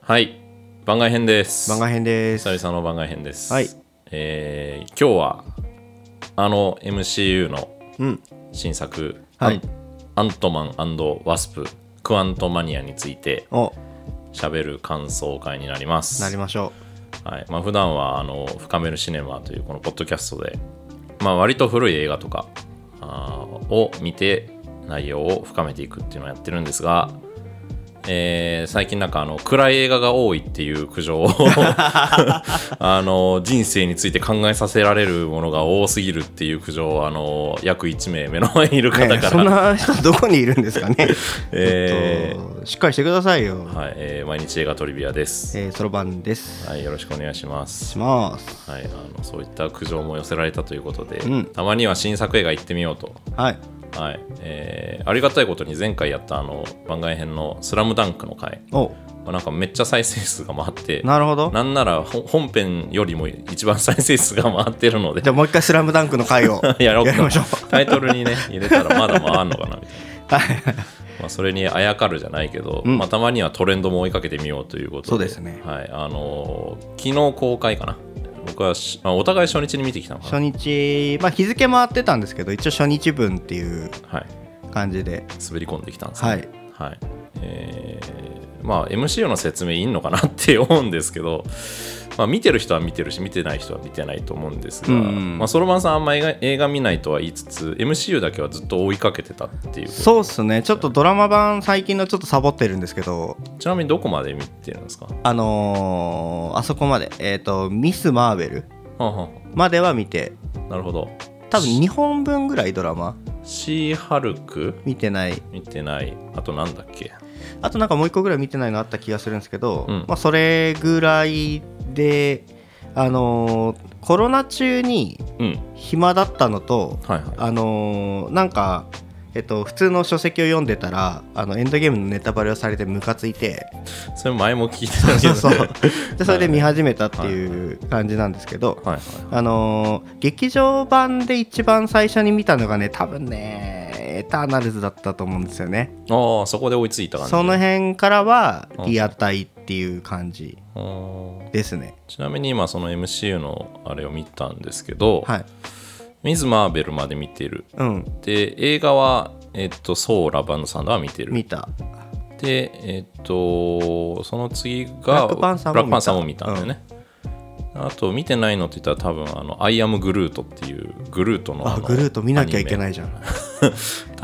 はい番外編です番外編です。久々の番外編ですはいえー今日はあの MCU のうん。新作、はいアンアントマンワスプクアントマニアについてお、喋る感想会になりますなりましょはいまあ普段はあの「深めるシネマ」というこのポッドキャストで、まあ、割と古い映画とかあーを見て内容を深めていくっていうのをやってるんですが、えー最近なんかあの暗い映画が多いっていう苦 情を あの人生について考えさせられるものが多すぎるっていう苦情をあの約1名目の前にいるう。方ねえ、かそんら、な人どこにいるんですかね。 えーえっとしっかりしてくださいよ。はいえー毎日映画トリビアです、えー、そろばんです。はい、よろしくお願いしますします。はい、あのそういった苦情も寄せられたということで、うんたまには新作映画行ってみようと、はい。はいえーありがたいことに前回やったあの番外編の「スラムダンクの回お、なんかめっちゃ再生数が回ってなるほど。なんならほ本編よりも一番再生数が回ってるのでじゃあもう一回スラムダンクの 回をやろうかりましょう。タイトルにね入れたらまだ回んのかなみたいな。はい。まあ、それにあやかるじゃないけど、うんまあ、たまにはトレンドも追いかけてみようということでそうですねはいあのー昨日公開かな僕はし、まあ、お互い初日に見てきたのか初な、日、まあ日付回ってたんですけど、一応初日分っていうはい、感じで。滑り込んできたんですねはい。はいえーまあ MCU の説明いんのかなって思うんですけど、まあ、見てる人は見てるし見てない人は見てないと思うんですが、うんうんまあ、そろばんさんあんま映画映画見ないとは言いつつ MCU だけはずっと追いかけてたっていうそうっすね。ちょっとドラマ版最近のちょっとサボってるんですけど、ちなみにどこまで見てるんですかはあのー、あそこまで、えっ、と、ミス・マーベルあはまでは見て、あなるほど多分2本分ぐらいドラマシーハルク見てない見てないあとなんだっけあとなんかもう一個ぐらい見てないのあった気がするんですけど、うんまあ、それぐらいであのーコロナ中にうん暇だったのとはいはあのーなんかえっと、普通の書籍を読んでたらあのエンドゲームのネタバレをされてムカついていそれ前も聞いてたけ そどうそねう でそれで見始めたっていう感じなんですけど、はいはいあのー劇場版で一番最初に見たのがね多分ねエターナルズだったと思うんですよねああそこで追いついた感じその辺からはうんリアタイっていう感じうんですね。ちなみに今その MCU のあれを見たんですけど、はい。ミズ・マーベルまで見てるうん。で映画は、えっとソー・ラバンド・サンダーは見てる見た。でえっとその次がブラックパンサーもラ見たックパンサーも見たんだよね、あと見てないのって言ったら多分あの「アイ・アム・グルート」っていうグルートのあ、あのグルート見なきゃいけいないじ ゃん。だか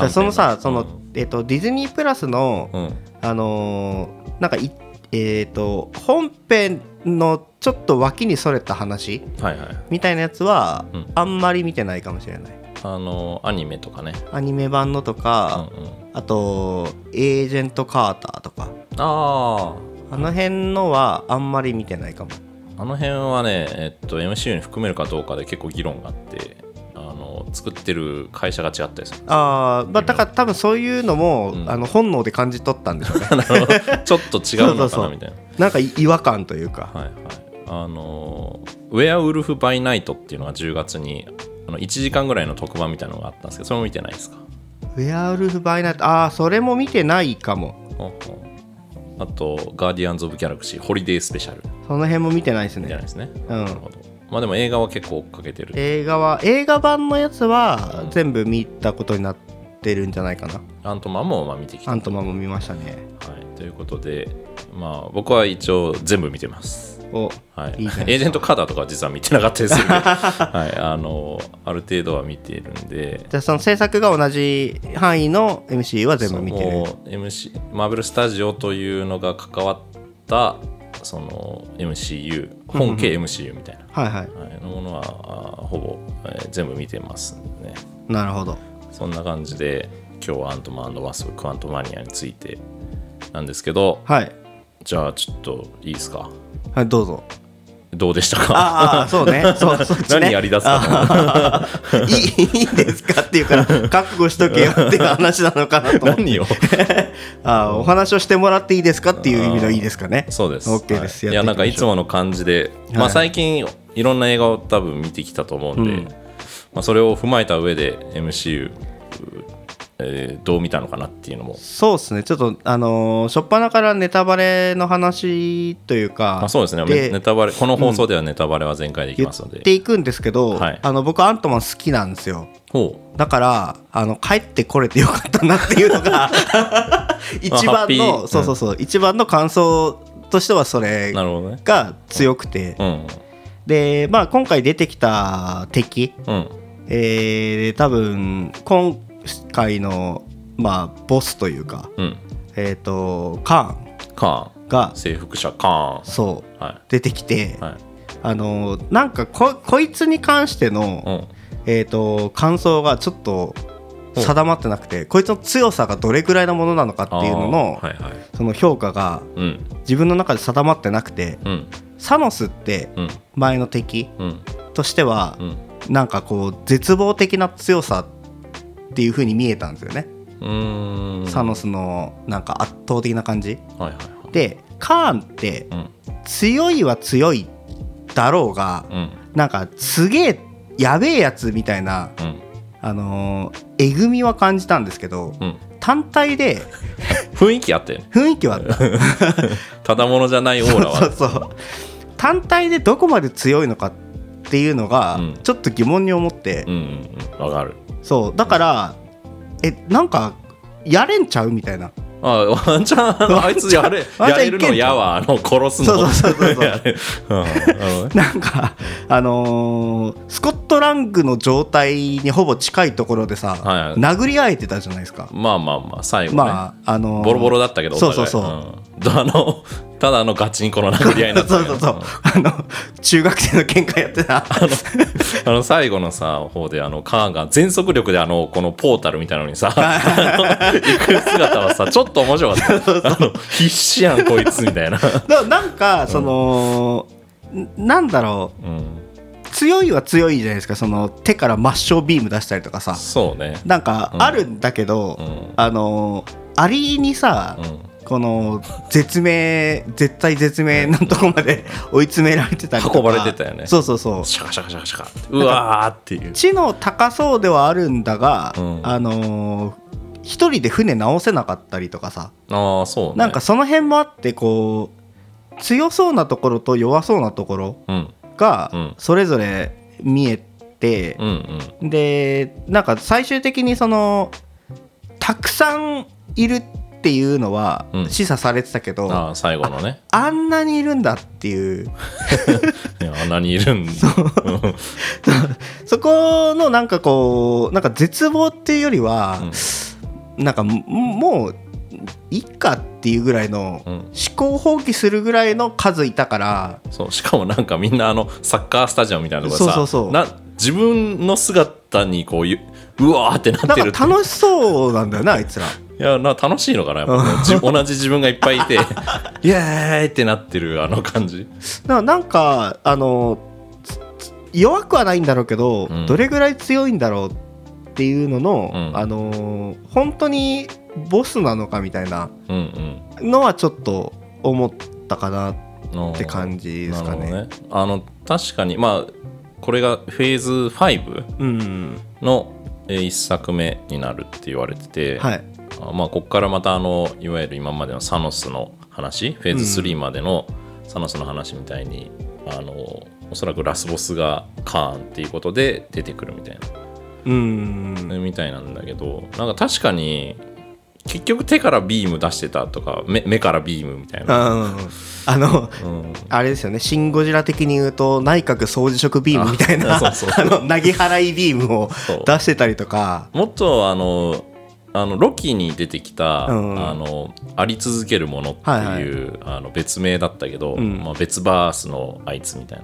らそのさ、その、えっ、と、ディズニープラスの、うん、うんあのーなんかい、えっ、と、本編のちょっと脇にそれた話はいはいみたいなやつは、うんあんまり見てないかもしれない。あのアニメとかねアニメ版のとうんか、うんあと、エージェント・カーターとか、あああの辺のはあんまり見てないかも。あの辺はね、えっと、MCU に含めるかどうかで結構議論があって、あの作ってる会社が違ったりする。あーまあ、だから多分そういうのも、うんあの本能で感じ取ったんでしょう ねちょっと違うのそうそかうそなうみたいな。なんかい違和感とい うかはいはい。あの、ウェアウルフ・バイ・ナイトっていうのが10月にあの1時間ぐらいの特番みたいなのがあったんですけど、それも見てないですか。 「ウェアウルフ・バイナイト」ああそれも見てないかもほんほんあと、ガーディアンズ・オブ・ギャラクシー、ホリデー・スペシャルその辺も見てないですみたいなねですね。うんなるほど。まあでも映画は結構追っかけてる。映画は映画版のやつうはん全部見たことになってるんじゃないかな、アントマンもまあ見てきた。アはントマンも見ましたねい、ということで、まあ僕は一応全部見てます。はおい、いいじゃないですかエージェントカーダーとかは実は見てなかったです けど、はい、あのある程度は見ているんでじゃあその制作が同じ範囲の MC は全部見てるその MC マーベル・スタジオというのが関わったその MCU 本家 MCU みたいな、はいはいはい、のものはあほぼ、えー全部見てますねなるほどそんな感じで今日はアントマンワスプクアントマニアについてなんですけどはいじゃあちょっといいですかはいどうぞどうでしたかああそう ねそうそっちね何やりだすかないいいいんですかっていうから覚悟しとけよっていう話なのかなと思って何をああお話をしてもらっていいですかっていう意味のいいですかねそうです。 OK ですはい、いや、やっていきましょうなんかいつもの感じで、まはあ、い最近いろんな映画を多分見てきたと思うんで、うんまあ、それを踏まえた上で MCU えーどう見たのかなっていうのも、そうですねちょっとあのー、初っ端からネタバレの話というかまあ、そうですねでネタバレこの放送ではネタバレは全開でいき言ますので、っていくんですけど、はいあの僕アントマン好きなんですよほだからあの帰ってこれてよかったなっていう のが一ハッ番ピーうのんそうそうそう、一番の感想としてはそれうなるほどねが強くて、うんで、まあ、今回出てきた敵、うんえー多分今回の、まあ、ボスというか、うんえー、とカカーーンがン征服者カーそうンは出てきて、いはいあのなんかここいつに関しての、うんえー、と感想がちょっと定まってなくてこいつの強さがどれぐらいのものなのかっていうのの、あーはいはいその評価がうん自分の中で定まってなくてうんサノスってうん前の敵うんとしてはうんなんかこう絶望的な強さっていう風に見えたんですよね、うーんサノスのなんか圧倒的な感じはいはいはいでカーンってうん強いは強いだろうがうんなんかすげえやべえやつみたいなうんあのーえぐみは感じたんですけどうん単体で雰囲気あったよね雰 囲気はあったただものじゃないオーラはそうそう単体でどこまで強いのかっていうのがうんちょっと疑問に思って、うんうんうんわかるそうだからえなんかやれんちゃうみたいなあワンチャンあいつやれワンチャンやれるのやわあの殺すそのうそうそうそうやれ うんなるほどね なんかあのースコットランドの状態にほぼ近いところでさ、はいはい殴り合えてたじゃないですか、まあまあまあ最後ね、まああのーボロボロだったけどそうそうそうお互いうんあのただあのガチンコの殴り合いになったそうけどそうそうあの中学生の喧嘩やってたあの最後のさ方であのカーンが全速力であのこのポータルみたいなのにさあの行く姿はさちょっと面白かったあの必死やんこいつみたいな、な なんかその、んなんだろううん、強いは強いじゃないですかその手から抹消ビーム出したりとかさそうねなんかあるんだけど、うんあのアリにさ、うんこの絶命絶対絶命のとこまで 追い詰められてたりとか運ばれてたよねそうそうそうシャカシャカシャカシャカってうわーっていう知能高そうではあるんだが、うんあの一人で船直せなかったりとかさああそうねなんかその辺もあってこう強そうなところと弱そうなところうんうがんそれぞれ見えて、うんうんでなんか最終的にそのたくさんいるっていうのはうん示唆されてたけど、ああ最後のねあんなにいるんだっていういやあんなにいるんだうんそこのなんかこうなんか絶望っていうよりは、なんかももういっかっていうぐらいのうん思考放棄するぐらいの数いたから、そうしかもなんかみんなあのサッカースタジアムみたいなとこでさそうそうそうな自分の姿にこうゆうわーってなっなてんるか楽しそうなんだよなあいつら。いやな楽しいのかなやっぱ、じ同じ自分がいっぱい いてイエーイってなってるあの感じななんかあのつつ弱くはないんだろうけど、うんどれぐらい強いんだろうっていうのの、うんあのー本当にボスなのかみたいなうんうんのはちょっと思ったかなっのて感じですなかるほね。どねあの確かにまあこれがフェーズ5うん、のえー一作目になるって言われてて、はい、あまあ、ここからまたあのいわゆる今までのサノスの話フェーズ3までのサノスの話みたいに、あのおそらくラスボスがカーンっていうことで出てくるみたいうん、な、みたいなんだけどなんか確かに結局手からビーム出してたとか目目からビームみたいな、ああのうん、あれですよね「シン・ゴジラ」的に言うと内閣総辞職ビームみたいなああ そうそうの投げ払いビームをそう出してたりとかもっとあのあのロキに出てきた、うんあのあり続けるものっていう、はいあの別名だったけど、うんまあ、別バースのあいつみたいな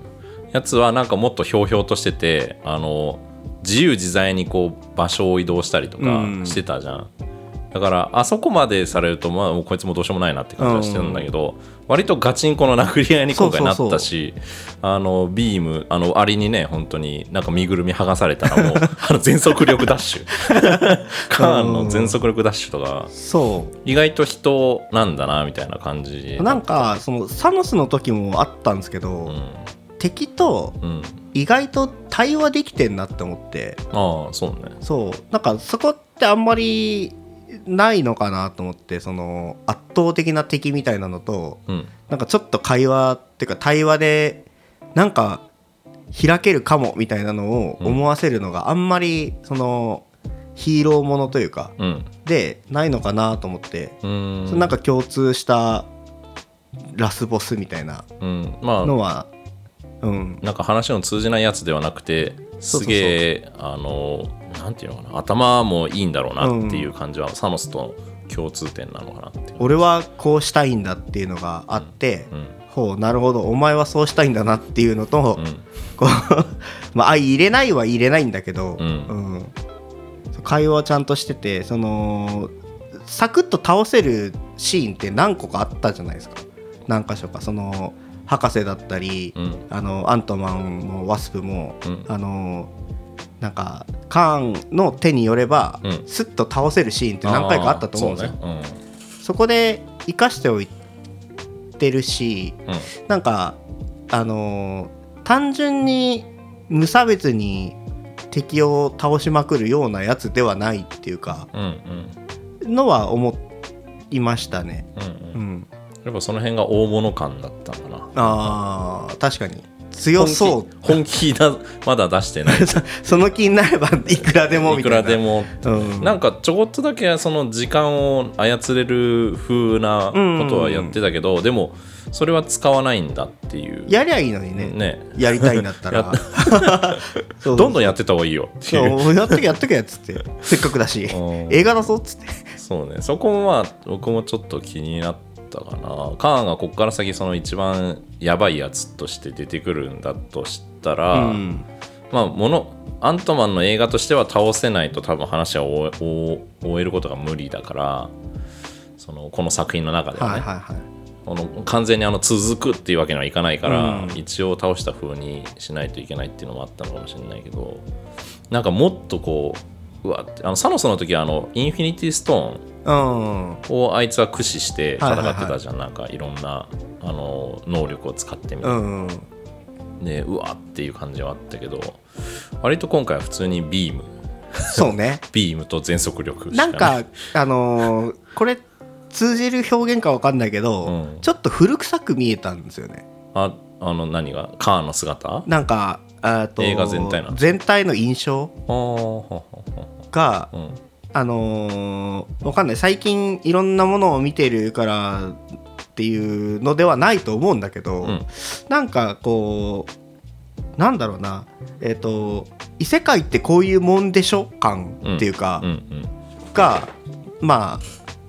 やつはなんかもっとひょうひょうとしててあの自由自在にこう場所を移動したりとかうんしてたじゃん、だからあそこまでされると、まあ、もうこいつもどうしようもないなって感じはしてるんだけど、割とガチンコの殴り合いに今回なったしあのビームあのアリにね本当になんか身ぐるみ剥がされたらもうあの全速力ダッシュカーンの全速力ダッシュとかそう意外と人なんだなみたいな感じなんかそのサノスの時もあったんですけど、うん、敵とうん、意外と対話できてんなって思ってああそうねそうなんかそこってあんまりないのかなと思ってその圧倒的な敵みたいなのとうんなんかちょっと会話っていうか対話でなんか開けるかもみたいなのを思わせるのがあんまりそのヒーローものというかうんでないのかなと思ってうーそのんなんか共通したラスボスみたいなうんまのあはうんなんか話の通じないやつではなくてそうそうそうすげえあのなんていうのかな頭もいいんだろうなっていう感じは、サノスとの共通点なのかなっていう俺はこうしたいんだっていうのがあって、うんほうなるほどお前はそうしたいんだなっていうのと、うんこう まあ相入れないは入れないんだけど、うんうんそう会話はちゃんとしててそのサクッと倒せるシーンって何個かあったじゃないですか何箇所かその博士だったり、うんあのアントマンもワスプも、うんあのなんかカーンの手によれば、うんスッと倒せるシーンって何回かあったと思うんですよ。あーそこで生かしておいてるしそうねうんなんかあのー単純に無差別に敵を倒しまくるようなやつではないっていうかうんうんのは思いましたね。うんうんううんん、やっぱその辺が大物感だったのかなあー確かに強そう本気本気だまだ出してないその気になれ ばいくらでもいみくたいな。らでもうん、なんかちょこっとだけその時間を操れる風なことはやってたけど、でもそれは使わないんだっていうやりゃいいのにねねやりたいんだったら そうどんどんやってた方がいいよってそいううやっとけやっとけやっつってせっかくだしうん映画だぞっつってそうねそこもまあ僕もちょっと気になったかなカーンがこっから先その一番やばいやつとして出てくるんだとしたら、うんまあものアントマンの映画としては倒せないと多分話は終え終え終えることが無理だからそのこの作品の中ではね、はいはいはいこの完全にあの続くっていうわけにはいかないから、うん一応倒した風にしないといけないっていうのもあったのかもしれないけどなんかもっとこううわあのサノスの時はあのインフィニティストうんーンをあいつは駆使して戦ってたじゃん、なんかいろんなあの能力を使ってみたいな うんでうわっていう感じはあったけど割と今回は普通にビームそうねビームと全速力しなかんかあのーこれ通じる表現かわかんないけど、うんちょっと古臭く見えたんですよねああの何がカーの姿あなんかあと映画全体なの全体の印象あほほほがうんあのーわかんない最近いろんなものを見てるからっていうのではないと思うんだけど、うんなんかこうなんだろうなえっ、と異世界ってこういうもんでしょ感っていうか、うんうんがまあ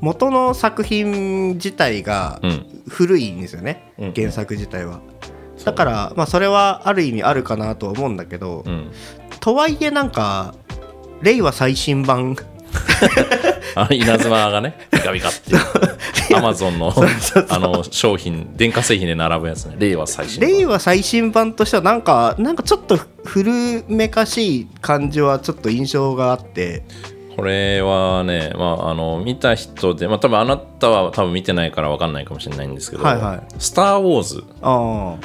元の作品自体がうん古いんですよね、うん原作自体はそうだから、まあ、それはある意味あるかなとは思うんだけど、うんとはいえなんか令和最新版あの稲妻がねビカビカって アマゾンのあの商品電化製品で並ぶやつね令和最新版令和最新版としてはなんかなんかちょっと古めかしい感じはちょっと印象があってこれはね、まあ、あの見た人で、まあ、多分あなたは多分見てないから分かんないかもしれないんですけど「はいはいスター・ウォーズ」ああ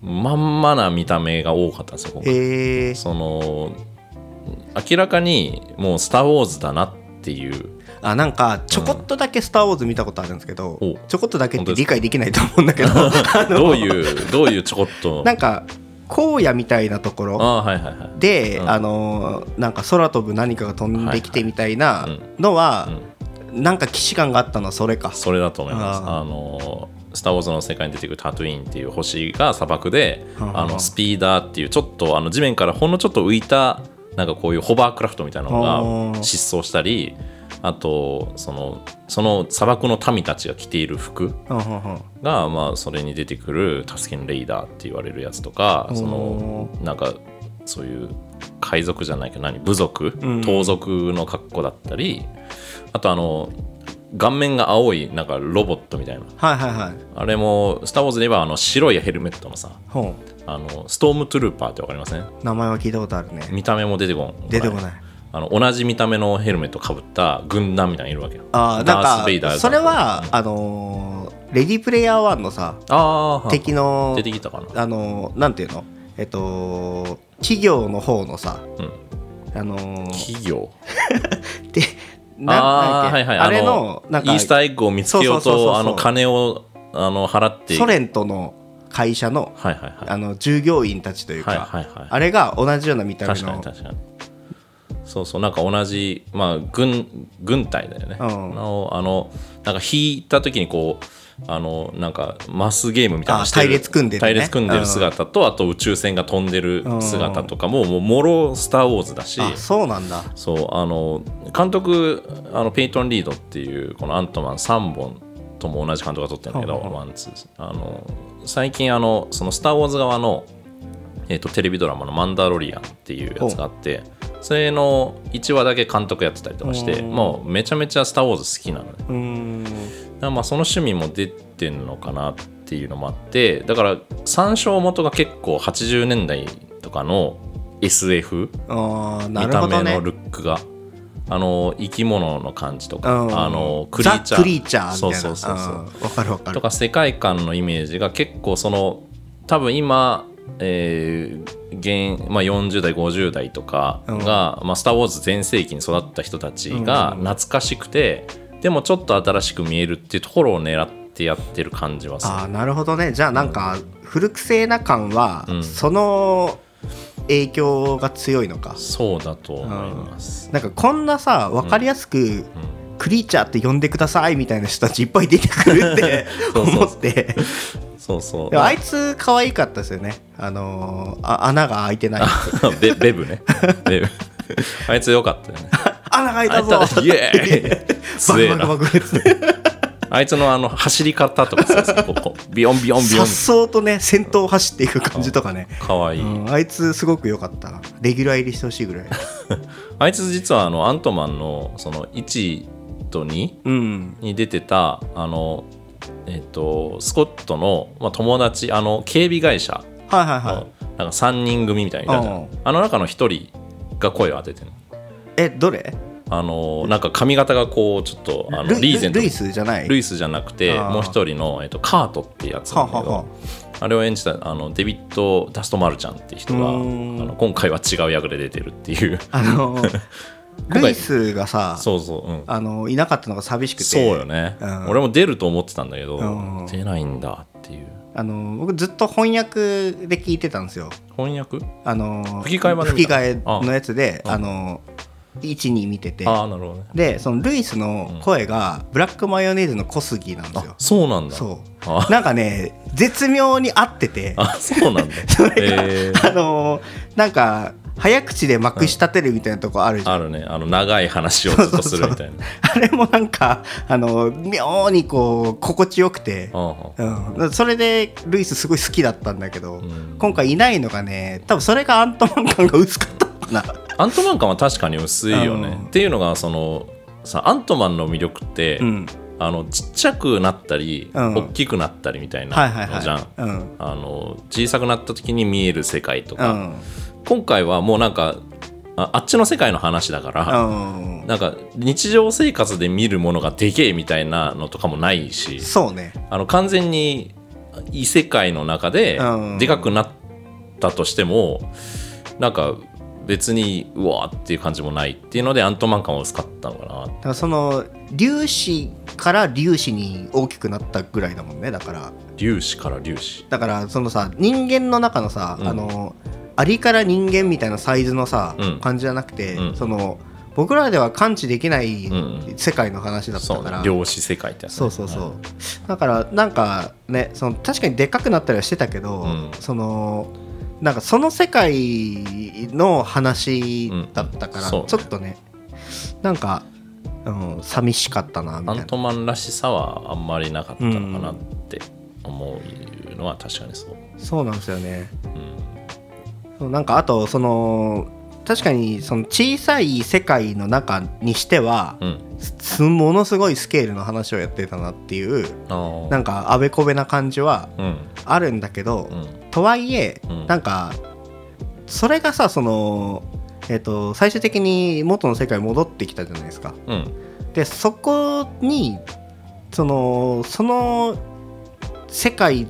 まんまな見た目が多かったんですよ、今回へえその明らかにもう「スター・ウォーズ」だなっていうあなんかちょこっとだけ「スター・ウォーズ」見たことあるんですけど、おちょこっとだけっ本当でてす理解できないと思うんだ けどあのどういうどういうちょこっとなんか荒野みたいなとこあろあはいはいはいで、うんあのーなんか空飛ぶ何かが飛んできてみたいなはいはいうんのは、うなんか既視感があったのはそれか。それだと思います。ああのスター・ウォーズの世界に出てくるタトゥイーンっていう星が砂漠で、はああのスピーダーっていうちょっとあの地面からほんのちょっと浮いたなんかこういうホバークラフトみたいなのああが失踪したり、あとそのその砂漠の民たちが着ている服うんうんうんがまあそれに出てくるタスケンレイダーって言われるやつとか、そのなんかそういう海賊じゃないけど何部族、ん盗賊の格好だったり、あとあの顔面が青いなんかロボットみたいなはいはいはい。あれも「スター・ウォーズ」で言えばあの白いヘルメットのさほあのストームトゥルーパーってわかりますねう名前は聞いたことあるね。見た目も出てこん出てこない。あの同じ見た目のヘルメットかぶった軍団みたいなのいるわけよあーダースベなイんダーかがそれはあのーレディープレイヤー1のさああ敵の出てきたかなあのーなんていうのえっと企業の方のさうんあのー企業であなあーんだっけはいはいあれののなんイースターかエッグを見つけようそうそとうそうそうあの金をあの払ってソ連との会社のはいはいはいあの従業員たちというか、はいはいはいあれが同じような見た目確かにの確かにそうそうなんか同じまあ軍軍隊だよね、うんのあのなんか引いた時にこうあのなんかマスゲームみたいなのしてあ隊列組んでるね隊列組んでる姿と、あと宇宙船が飛んでる姿とかも、もうもろスター・ウォーズだしあそうなんだそうあの監督あのペイトン・リードっていうこのアントマン3本とも同じ監督が撮ってるんだけど、はあはワンツーあの最近あのその「スター・ウォーズ」側の、えー、とテレビドラマの「マンダロリアン」っていうやつがあってそれの1話だけ監督やってたりとかしてうんもうめちゃめちゃ「スター・ウォーズ」好きなのねうーんだからまあその趣味も出てんのかなっていうのもあってだから参照元が結構80年代とかの SF あーな見るたほ目どのねルックが、あの生き物の感じとか、うんあのクリーチャーザ・クリーチャーみたいなそうそうそうそううんわかるわかとるか世界観のイメージが結構その多分今、えー現まあ、40代50代とかが「まあ、スター・ウォーズ」全盛期に育った人たちがうん懐かしくて、でもちょっと新しく見えるっていうところを狙ってやってる感じはするああなるほどねじゃあなんか古臭な感は、うんその影響が強いのかそうだと思います。なんかこんなさ分かりやすく、うんクリーチャーって呼んでくださいみたいな人たちいっぱい出てくるって そうそう思ってそうそうでもあいつ可愛かったですよねあのーあ穴が開いてない ベベブね。ベブ。 あいつよかったよね。穴が開いたぞあい つイエーイ強えバクなバクバク つってあいつのあの走り方とかさ、 こうこうビヨンビヨンビさヨっン。そうとね先頭を走っていく感じとかね、かわいい。うんあいつすごく良かったなレギュラー入りしてほしいぐらいあいつ実はあのアントマンのその1と2うんに出てた、あの、えっと、スコットの、まあ、友達、あの、警備会社はいはいの、はい、なんか3人組みたいにいたじゃうんん。あの中の1人が声を当ててる。えどれあの、なんか髪型がこう、ちょっと、あのリーゼントルイスじゃないルイイスじゃなくてあーもう一人の、えっと、カートってやつなはんだはけどはあれを演じたあのデビッド・ダスト・マルちゃんって人があうーんの今回は違う役で出てるっていう あのー回ルイスがさそうそう、うん、あのーいなかったのが寂しくてそうよね、うん俺も出ると思ってたんだけど、うん出ないんだっていうあの僕ずっと翻訳で聞いてたんですよ翻訳あの吹き替え版で見吹きた替えのやつでああの12見ててああなるほどねでそのルイスの声がブラックマヨネーズの小杉なんですあよ、そうなんだそあうなんかね絶妙に合っててああそう なんだえーのなんか早口でまくし立てるみたいなとこあるじゃん、あるねあの長い話をずっとするみ たいなあれもなんかあの妙にこう心地よくて、ううん、それでルイスすごい好きだったんだけど、んうん今回いないのがね多分それがアントマン感が薄かったのかなアントマン感は確かに薄いよね、うんっていうのがそのさアントマンの魅力って、うんあのちっちゃくなったり、うん大きくなったりみたいなはいはいはのいじゃん、うんあの小さくなった時に見える世界とうか、ん今回はもうなんかああっちの世界の話だから、うんなんか日常生活で見るものがでけえみたいなのとかもないしそうねあの完全に異世界の中でうんでかくなったとしても、なんか別にうわーっていう感じもないっていうのでアントマン感は薄かったのかなだからその粒子から粒子に大きくなったぐらいだもんねだから粒子から粒子だからそのさ人間の中のさ、うんあのアリから人間みたいなサイズのさ、うん感じじゃなくて、うんその僕らでは感知できないうん世界の話だったそうかねら、量子世界ってやつ、ね、そうそうそう、だからなんかねその確かにでっかくなったりはしてたけど、うんそのなんかその世界の話だったから、うんそうねちょっとねなんか、うん、寂しかったなみたアいなントマンらしさはあんまりなかったのかなって思うのは確かにそう。そうなんですよねうんそうなんかあとその確かにその小さい世界の中にしては、うん、すものすごいスケールの話をやってたなっていうあーなんかあべこべな感じはうんあるんだけど、うんとはいえ、うんなんかそれがさその、えっと最終的に元の世界に戻ってきたじゃないですかうんでそこにそのその世界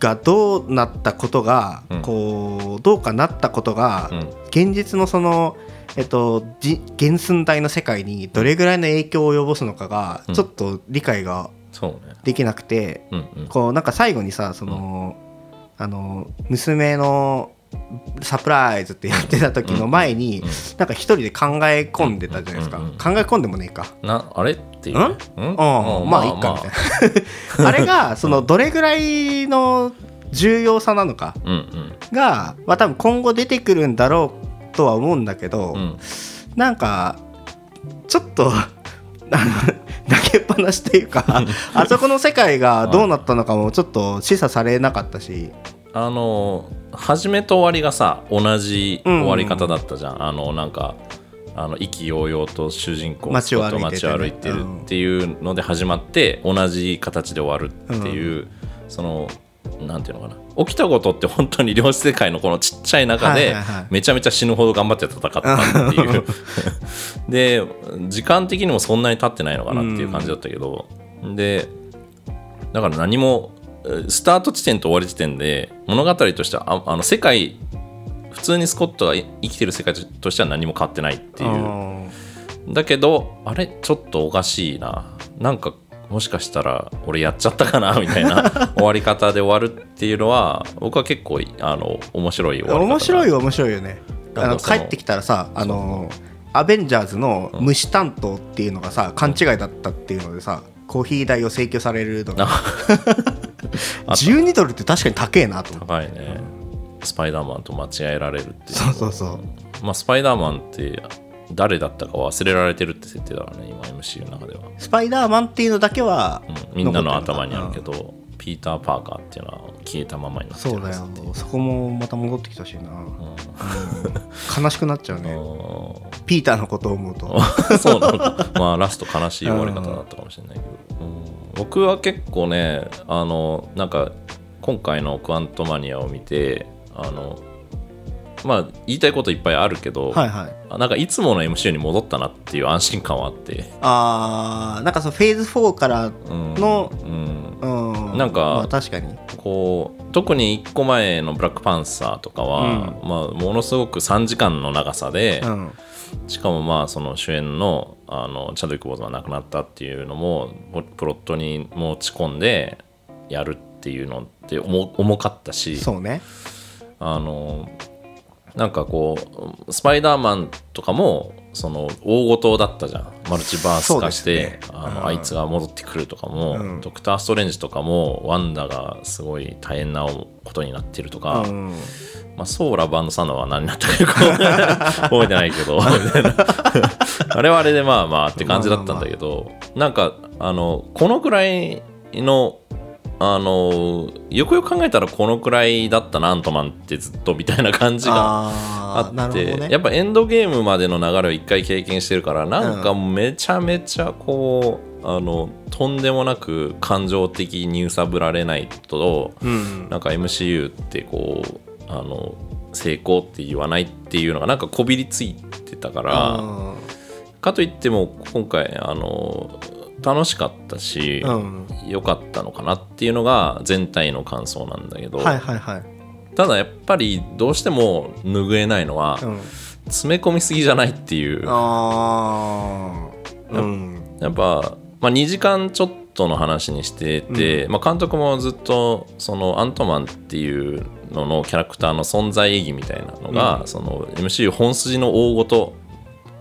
がどうなったことが、うんこうどうかなったことが、うん現実のその、えっと、じ原寸大の世界にどれぐらいの影響を及ぼすのかが、うんちょっと理解がそうねできなくてうんうんこうなんか最後にさその、あの娘のサプライズってやってた時の前に、うんなんか一人で考え込んでたじゃないですか、うんうんうん考え込んでもねえかなあれっていうんうんうんまあいっかみたいな あれがそのどれぐらいの重要さなのかうんうんが、まあ、多分今後出てくるんだろうとは思うんだけど、うんなんかちょっとあの投げっぱなしという かあそこの世界がどうなったのかもちょっと示唆されなかったし、あの始めと終わりがさ同じ終わり方だったじゃん、あのなんかあの意気揚々と主人公街をと歩いててね街を歩いてるっていうので始まって、同じ形で終わるっていう、そのなんていうのかな起きたことって本当に両世界のこのちっちゃい中で、はいはいはいめちゃめちゃ死ぬほど頑張って戦ったっていう で時間的にもそんなに経ってないのかなっていう感じだったけど、でだから何もえースタート地点と終わり地点で物語としてはああの世界普通にスコットがい生きてる世界としては何も変わってないっていううんだけどあれちょっとおかしいななんかもしかしたら俺やっちゃったかなみたい な終わり方で終わるっていうのは僕は結構あの面白い終わり方だ面白いよ面白いよねだあからのその帰ってきたらさあのアベンジャーズの虫担当っていうのがさ勘違いだったっていうのでさコーヒー代を請求されるのがあ 12ドルって確かに高えなと思って高いねスパイダーマンと間違えられるっていうそうそうそうまあスパイダーマンって誰だったか忘れられてるって設定だからね今 MC の中ではスパイダーマンっていうのだけは、うんみんなの頭にあるけど、ピーター・パーカーっていうのは消えたままになってそうるだはずよっていそこもまた戻ってきてほしいな、うん悲しくなっちゃうね、うピーターのことを思うとん そうなんだまあラスト悲しい終わり方だったかもしれないけど、うん僕は結構ねあのなんか今回の「クアントマニア」を見てあのまあ言いたいこといっぱいあるけど、はいはいなんかいつもの MC に戻ったなっていう安心感はあって、あーなんかそのフェーズ4からうんのうん、うんなんかまあ、確かにこう特に1個前の「ブラックパンサー」とかは、まあ、ものすごく3時間の長さで、うんしかもまあその主演のあのチャドウィック・ボーズが亡くなったっていうのもポプロットに持ち込んでやるっていうのって重重かったしそうねあのなんかこうスパイダーマンとかもその大ごとだったじゃんマルチバース化しそうて、ですねあうんのあいつが戻ってくるとかも、うんドクター・ストレンジとかもワンダがすごい大変なことになってるとか、うんまあ、ソーラバンドサンダーは何になったかよく 覚えてないけどみたいなあれはあれでまあまあって感じだったんだけど、なんかあのこのくらいのあのよくよく考えたらこのくらいだったなアントマンってずっとみたいな感じがああーなっるほどて、ねやっぱエンドゲームまでの流れを一回経験してるからなんかめちゃめちゃこう、あのとんでもなく感情的に揺さぶられないとうんなんか MCU ってこうあの成功って言わないっていうのがなんかこびりついてたからかといっても今回あの楽しかったしうんうん良かったのかなっていうのが全体の感想なんだけどはいはいはい、ただやっぱりどうしても拭えないのはうん、詰め込みすぎじゃないっていうやあーうんっぱまあ2時間ちょっとの話にしててまあ監督もずっとそのアントマンっていうののキャラクターの存在意義みたいなのがその MCU 本筋の大事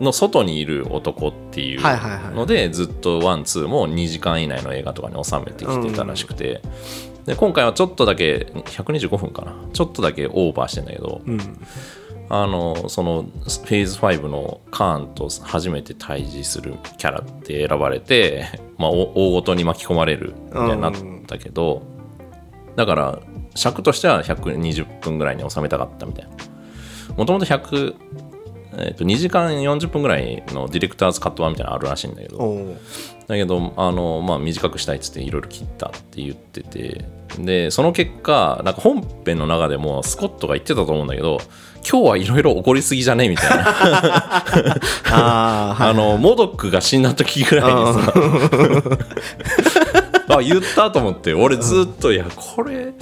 の外にいる男っていうはいはいはいのでずっとワンツーも2時間以内の映画とかに収めてきてたらしくてで今回はちょっとだけ125分かなちょっとだけオーバーしてんだけどうんあのそのフェーズ5のカーンと初めて対峙するキャラって選ばれて、 まあ、お大ごとに巻き込まれるみたいになったけど、だから尺としては120分ぐらいに収めたかったみたいなもともと100、えっと2時間40分ぐらいのディレクターズカット版みたいなのあるらしいんだけどお ーだけどあの、まあ、短くしたいっつっていろいろ切ったって言っててでその結果なんか本編の中でもスコットが言ってたと思うんだけど今日はいろいろ怒りすぎじゃねみたいなあーはいあのモドックが死んだ時ぐらいにさあ言ったと思って俺ずっといやこれ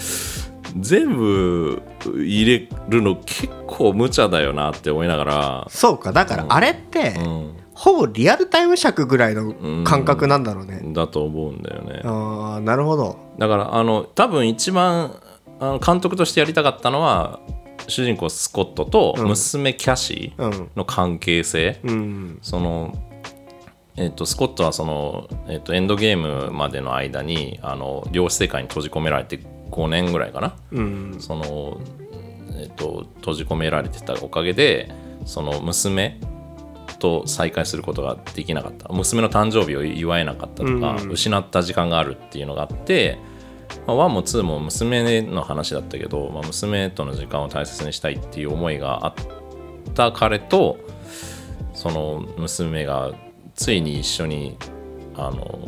全部入れるの結構無茶だよなって思いながら、 そうかだからあれって、うほぼリアルタイム尺ぐらいの感覚なんだろうね、ん、だと思うんだよね。ああなるほどだからあの多分一番あの監督としてやりたかったのは主人公スコットとうん娘キャシーうんの関係性、うんそのえっとスコットはその、えっとエンドゲームまでの間にあの量子世界に閉じ込められて5年ぐらいかなうんその、えっと閉じ込められてたおかげでその娘と再会することができなかった娘の誕生日を祝えなかったとか、うん失った時間があるっていうのがあって、まあ、1も2も娘の話だったけど、まあ、娘との時間を大切にしたいっていう思いがあった彼とその娘がついに一緒にあの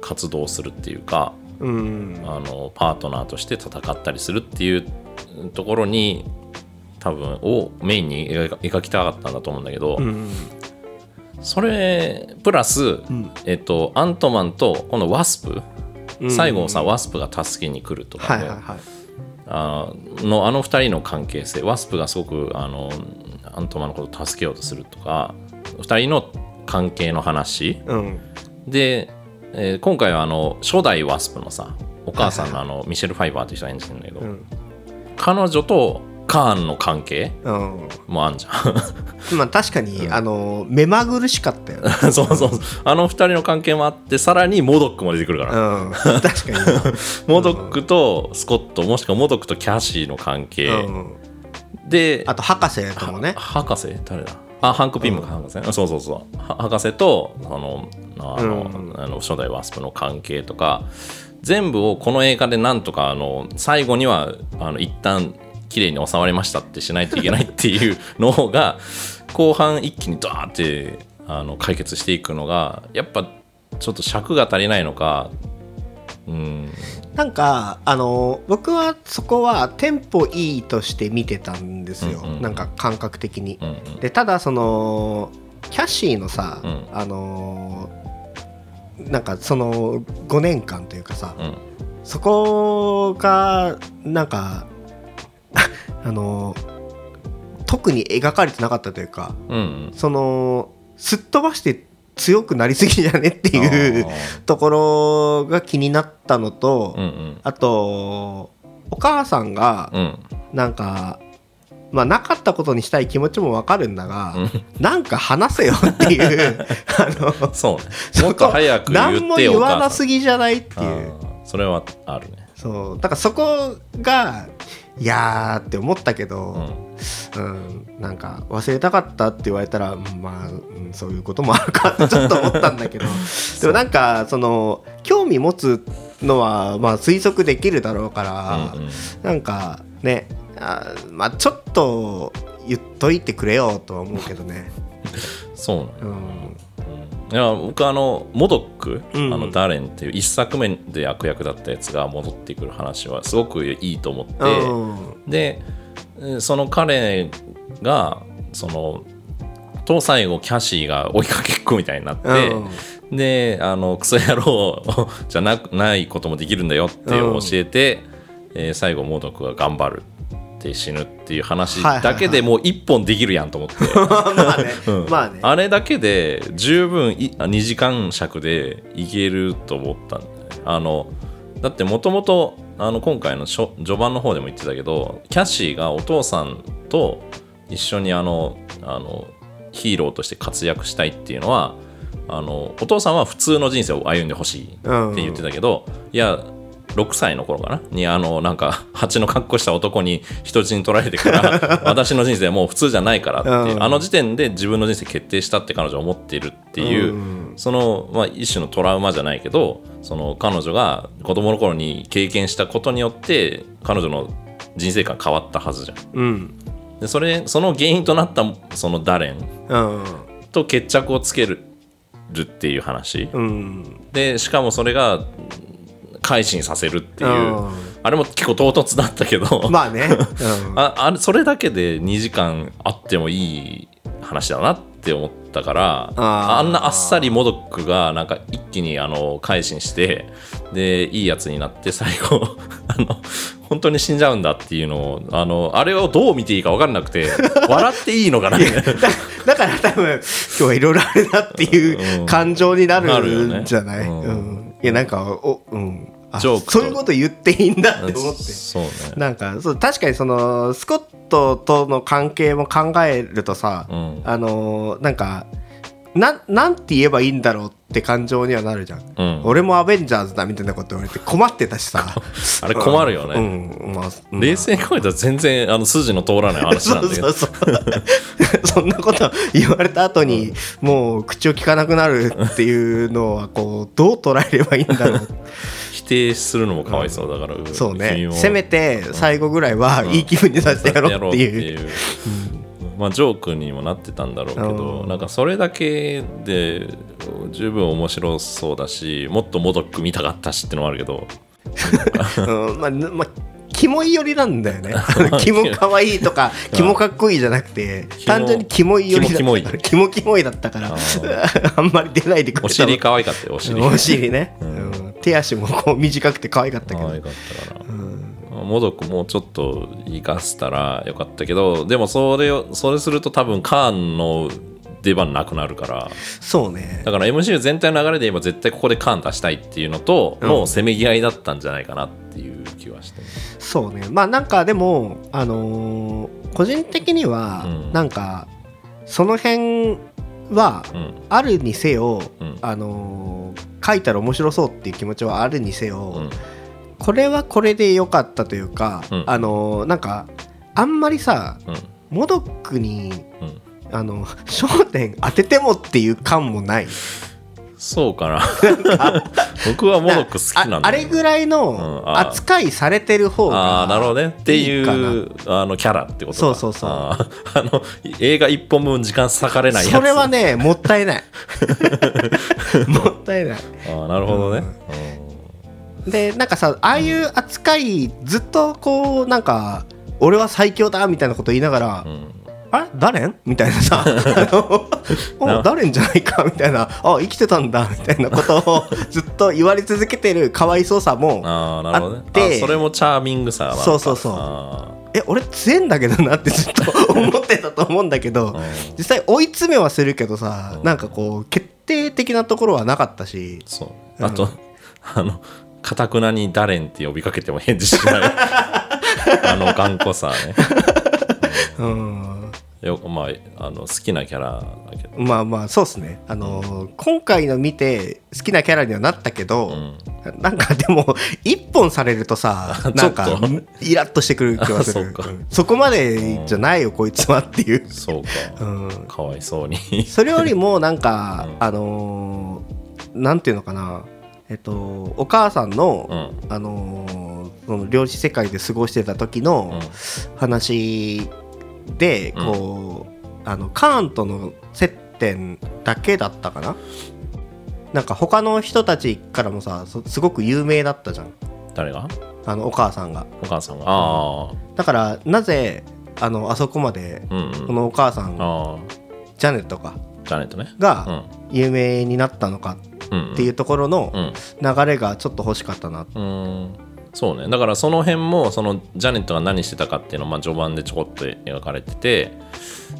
活動するっていうかうんあのパートナーとして戦ったりするっていうところに多分をメインに描い描きたかったんだと思うんだけど、うんそれプラス、んえっと、アントマンとこのワスプ、うん最後さワスプが助けに来るとはかいね、はいはいあのあの2人の関係性ワスプがすごくあのアントマンのことを助けようとするとか2人の関係の話、うんで、えー今回はあの初代ワスプのさお母さんのあのミシェル・ファイバーという人が演じてるんだけど、うん彼女とカーンの関係うんもあんじゃまあ確かに、あの目まぐるしかったよんね、そうそうそうあの二人の関係もあってさらにモドックも出てくるかうら、ん、確 かモドックとスコットもしくはモドックとキャシーの関に、係、うん、であと博士ともねは博士誰だあハンク・ピムか、博士あそうそうそうは博士とあのあの,、うんあの初代ワスプの関係とか全部をこの映画でなんとかあの最後にはあの一旦綺麗に収まりましたってしないといけないっていう のが後半一気にドーってあの解決していくのがやっぱちょっと尺が足りないのかうんなんかあの僕はそこはテンポいいとして見てたんですよ、うんうんなんか感覚的にう、んうんでただそのキャシーのさ、うんあのなんかその5年間というかさ、うんそこがなんか あの特に描かれてなかったというかうんうん そのすっ飛ばして強くなりすぎじゃねっていうあところが気になったのと、ーうんうんあとお母さんがうんなんか、まあなかったことにしたい気持ちもわかるんだが、うんなんか話せよっていう あのそうね。そこもっと早く言ってよ何も言わお母なさんすぎじゃないっていうあーそれはあるね。そうだからそこがいやーって思ったけうど、ん、うんなんか忘れたかったって言われたらうんまあ、うんそういうこともあるかってちょっと思ったんだ けどでもなんかその興味持つのはまあ推測できるだろうから。うんうんなんかねあーまあちょっと言っといてくれよとは思うけどね。そうなのうよん、いや僕あのモドック、うんあのダレンっていう一作目で悪役だったやつが戻ってくる話はすごくいいと思って、うんでえーその彼がそのと最後キャシーが追いかけっこみたいになって、であのクソ野郎じゃなくないこともできるんだよって教えて、えー最後モドクが頑張るって死ぬっていう話はいはいはいだけでもう一本できるやんと思って、 まあね、まあね。あれだけで十分いあ2時間尺でいけると思ったんだよねあのだってもともと今回の初序盤の方でも言ってたけどキャシーがお父さんと一緒にあのあのヒーローとして活躍したいっていうのはあのお父さんは普通の人生を歩んでほしいって言ってたけど、いや6歳の頃かなにあのなんか 蜂の格好した男に人質に取られてから私の人生はもう普通じゃないからっていう、うんあの時点で自分の人生決定したって彼女は思っているっていう、うんその、まあ、一種のトラウマじゃないけどその彼女が子供の頃に経験したことによって彼女の人生観変わったはずじゃん。うんでそれその原因となったそのダレンうんと決着をつけるるっていう話うんでしかもそれが改心させるっていう、うんあれも結構唐突だったけど、まあ ね。うんああれそれだけで2時間あってもいい話だなって思ったからあーあんなあっさりモドックがなんか 一気にあの改心してでいいやつになって最後あの本当に死んじゃうんだっていうのをあのあれをどう見ていいか分かんなく て笑っていいのかなみたい なだ だから多分今日はいろいろあれだっていううん感情にななるよるねんじゃない、うんうんいやなんかお、うん、あジョークとそういうこと言っていいんだって思って。そうねなんかそう確かにそのスコットとの関係も考えるとさ、うんあのーなんかななんて言えばいいんだろうって感情にはなるじゃん、うん俺もアベンジャーズだみたいなこと言われて困ってたしさ あれ困るよね、うんまあうん冷静に考えたら全然あの筋の通らない話なんだけ そどうそうそう そんなこと言われた後に、もう口を聞かなくなるっていうのはこうどう捉えればいいんだろう否定するのもかわい そうだから、そう君ねもせめて最後ぐらいはんいい気分にさせてやろうっていう。う。まあ、ジョークにもなってたんだろうけど、うんなんかそれだけで十分面白そうだしもっとモドック見たかったしってのもあるけ どうんまあ、ぬまあ、キモい寄りなんだ よね。あのキモ可愛いとか、キモかっこいいじゃなくて、モ単純にキモい寄りだキモキモキモキモいだったから、 あんまり出ないでくれたお尻可愛かったよお尻お尻ね、ううんん手足もこう短くて可愛かったけ可ど。愛かったからう、んモドックもうちょっと生かせたらよかったけどでもそれをそれすると多分カーンの出番なくなるからそうね。だから MCU 全体の流れで言えば絶対ここでカーン出したいっていうのと、うんもうせめぎ合いだったんじゃないかなっていう気はしてそうね。まあなんかでも、あのー個人的には、うんなんか、その辺は、うんあるにせよ、うんあのー書いたら面白そうっていう気持ちはあるにせよ、うんこれはこれで良かったというか、うんあのなんかあんまりさうんモドックにうんあの焦点当ててもっていう感もないそうかな。 僕はモドック好きなんだよああれぐらいのうんあー扱いされてる方が、ああなるほどねっていいいかなうあのキャラってことかそうそうそうあー あの映画1本分時間割かれないやつそれはねもったいない もったいないあーなるほどね、でなんかさああいう扱いずっとこうなんか俺は最強だみたいなこと言いながら、うんうんあれ誰んみたい なさあのお誰んじゃないかみたいなあ生きてたんだみたいなことをずっと言われ続けてるかわいそうさもああなるほどねあってあそれもチャーミングさはそうそうそうあえ俺強えんだけどなってずっと思ってたと思うんだけーうどん実際追い詰めはするけどさうんなんかこう決定的なところはなかったしそうあと、あのかたくなに「ダレン」って呼びかけても返事しない あの頑固さねうんよまああの好きなキャラだけど、まあまあそうっすねあのー今回の見て好きなキャラにはなったけうどん、なんかでも一本されると さちなょんっかとイラッとしてくる気は あすそるうかうんそこまでじゃないよこいつはっていうそうう か、ん、かわいそうにそれよりもなんか、うんあのーなんていうのかなえっとお母さんの、うんあのーその漁師世界で過ごしてた時のう話で、うんこうあのカーンとの接点だけだったかななんか他の人たちからもさそすごく有名だったじゃんん誰があのお母さんがお母さんがああだからなぜあのあそこまでうんこうんのお母さん、ああジャネットかジャネットねが、う有名になったのかんうんっていうところのうん流れがちょっと欲しかったな、うんそうねだからその辺もそのジャネットが何してたかっていうのはまあ序盤でちょこっと描かれてて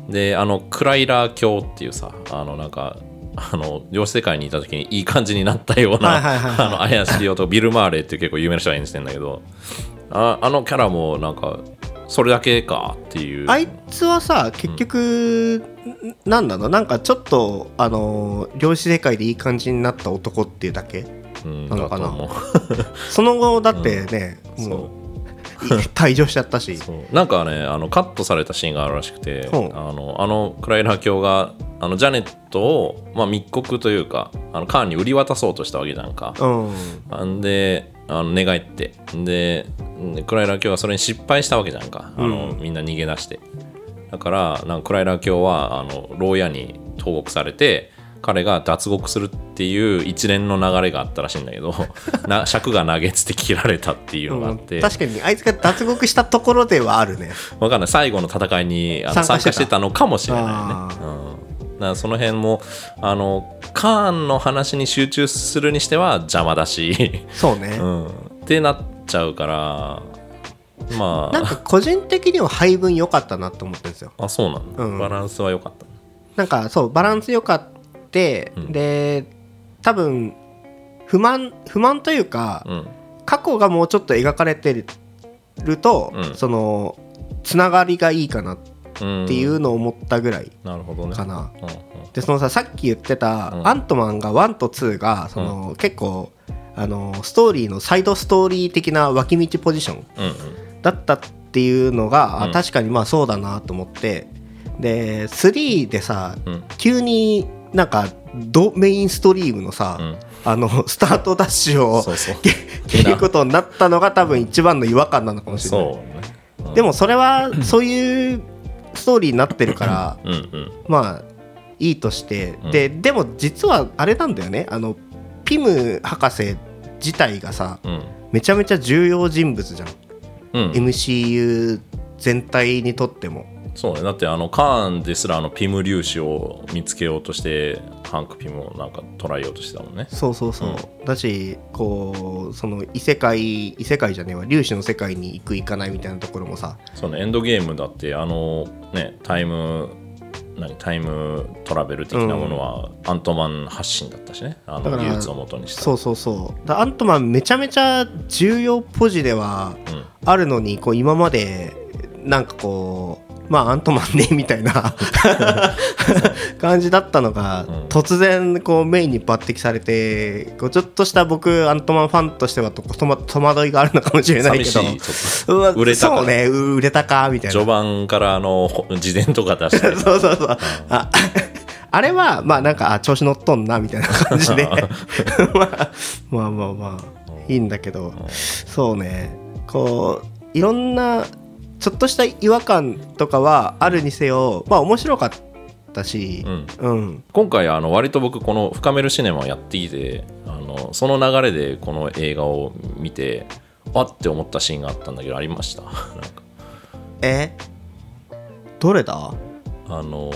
であのクライラー教っていうさあのなんかあの両世界にいた時にいい感じになったようなはいはいはいはいあの怪しい男ビル・マーレーっていう結構有名な人が演じてんだけどああのキャラもなんかそれだけかっていうあいつはさ結局、なん、なのなんかちょっとあのー量子世界でいい感じになった男っていうだけうんなのかなだと思うその後だってね、うん もう退場しちゃったしそうなんかねあのカットされたシーンがあるらしくて、ほうあのあのクライラー卿があのジャネットを、まあ、密告というかあのカーンに売り渡そうとしたわけじゃんか。うんあんであの願いってでんクライラー卿はそれに失敗したわけじゃんかあの、うんみんな逃げ出してだからなんかクライラー卿はあの牢屋に投獄されて彼が脱獄するっていう一連の流れがあったらしいんだけ どな尺が投げつって切られたっていうのがあって、うん確かにあいつが脱獄したところではあ るねわかんない最後の戦いにあの参参加加してしたてたのかもしれあないね、うん、だからその辺もあのカーンの話に集中す るにしては邪魔だし、そうね、うん、ってなっちゃうからまなんか個人的には配分良かったなと思ってるんですよ。あ、あそうなんだ、うんバランスは良かった。なんかそうバランス良かって、うんで多分不満不満というか、うん。過去がもうちょっと描かれてると、うんそのつながりがいいかなっうん、ていうのを思ったぐらいなるほどね。かな。うんうんでそのささっき言ってた、うんアントマンが1と2がその、結構あのストーリーのサイドストーリー的な脇道ポジションうんだったっていうのが、あうん確かにまあそうだなと思ってで3でさうんうん急になんかドメインストリームのさ、うんあのスタートダッシュをそうそう切ることになったのが多分一番の違和感なのかもしれないそうね、うんでもそれはそういうストーリーになってるからうんうんまあいいとして、うんででも実はあれなんだよねあのピム博士自体がさうんめちゃめちゃ重要人物じゃん、うん MCU 全体にとってもそうねだってあのカーンですらあのピム粒子を見つけようとしてハンクピムをなんか捉えようとしてたもんねそうそうそう、だしこうその異世界異世界じゃねえわ粒子の世界に行く行かないみたいなところもさそのエンドゲームだってあのねタイム何タイムトラベル的なものはアントマン発信だったしねあのだから技術を元にしたそうそうそうだアントマンめちゃめちゃ重要ポジではうんあるのにこう今までなんかこうまあアントマンねみた いな感じだったのが、うん突然こうメインに抜擢されてこうちょっとした僕アントマンファンとしてはと戸惑戸惑いがあるのかもしれな寂いけしどいちうわ売れたかそうねう売れたかみたょっとい序な盤からあのほ自伝とか出して そうそうそうあ あれはまあなんかあ調子乗っとんなみたいな感じ でまあまあまあまあいいんだけど、そうねこういろんなちょっとした違和感とかはあるにせよまあ面白かったしうんうん、今回あの割と僕この「深めるシネマ」をやってきてあのその流れでこの映画を見てあって思ったシーンがあったんだけどありましたなんかえどれだあの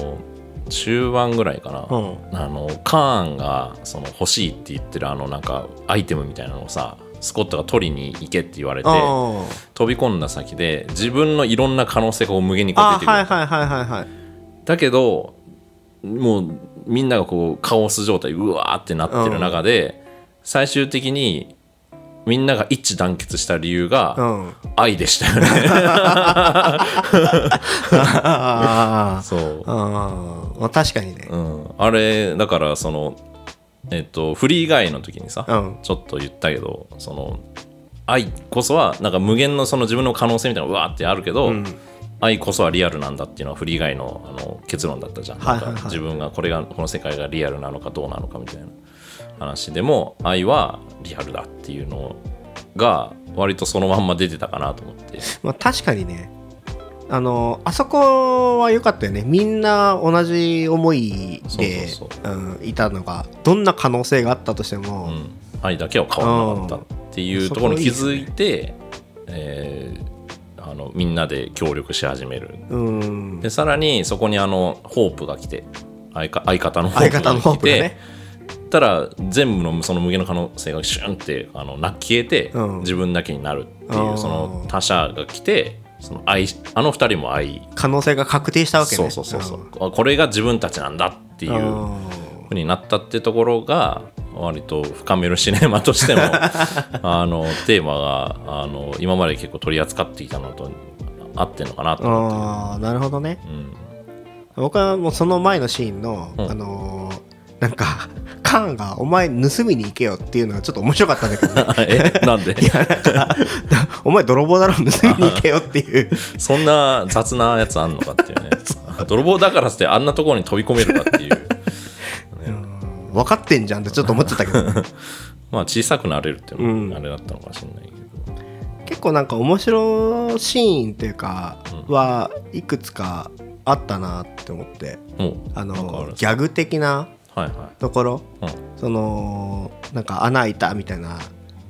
中盤ぐらいかな、うんあのカーンがその欲しいって言ってるあのなんかアイテムみたいなのをさスコットが取りに行けって言われてあー飛び込んだ先で自分のいろんな可能性がこう無限にこう出あてくるはいはいはいはいはいだけどもうみんながこうカオス状態うわーってなってる中で、最終的にみんなが一致団結した理由うが ん愛でしたよね、あーそう、あーまあ確かにねうん、あれだからそのえっとフリーガイの時にさ、うんちょっと言ったけどその愛こそはなんか無限のその自分の可能性みたいなのがうわーってあるけど、うん愛こそはリアルなんだっていうのはフリーガイのあの結論だったじゃん,、はいはいはいなんか自分がこれがこの世界がリアルなのかどうなのかみたいな話でも愛はリアルだっていうのが割とそのまんま出てたかなと思ってまあ確かにねあのあそこは良かったよねみんな同じ思いでそうそうんいたのがどんな可能性があったとしても、うん、愛だけは変わらなかったっていうところに気づいてえーあのみんなで協力し始めるうんでさらにそこにあのホープが来て相か相方のホー相プが来て方のホープがねたら全部のその無限の可能性がシュンってあのな消えて、うん自分だけになるってあいーうその他者が来てその愛あの二人も愛、可能性が確定したわけねそうそうそうそう、あこれが自分たちなんだっていんうふうになったってところが割と深めるシネマと してもあのテーマがあの今まで結構取り扱ってきたのと合ってんのかなと思って。あーなるほどねうん 僕はもうその前のシーンの、うんあのーなんかカーンが「お前盗みに行けよ」っていうのがちょっと面白かったんだけ どねえなんでお前泥棒だろ盗みに行けよっていうそんな雑なやつあんのかっていう ね泥棒だからっつってあんなところに飛び込めるかっていううん分かってんじゃんってちょっと思っちゃったけどまあ小さくなれるっていううのんもあれだったのかもしれないけど、結構なんか面白いシーンっていうかはいくつかあったなって思ってもうあなんかあるのんですギャグ的なはいはところい、うん、そのなんか穴開いたみたいな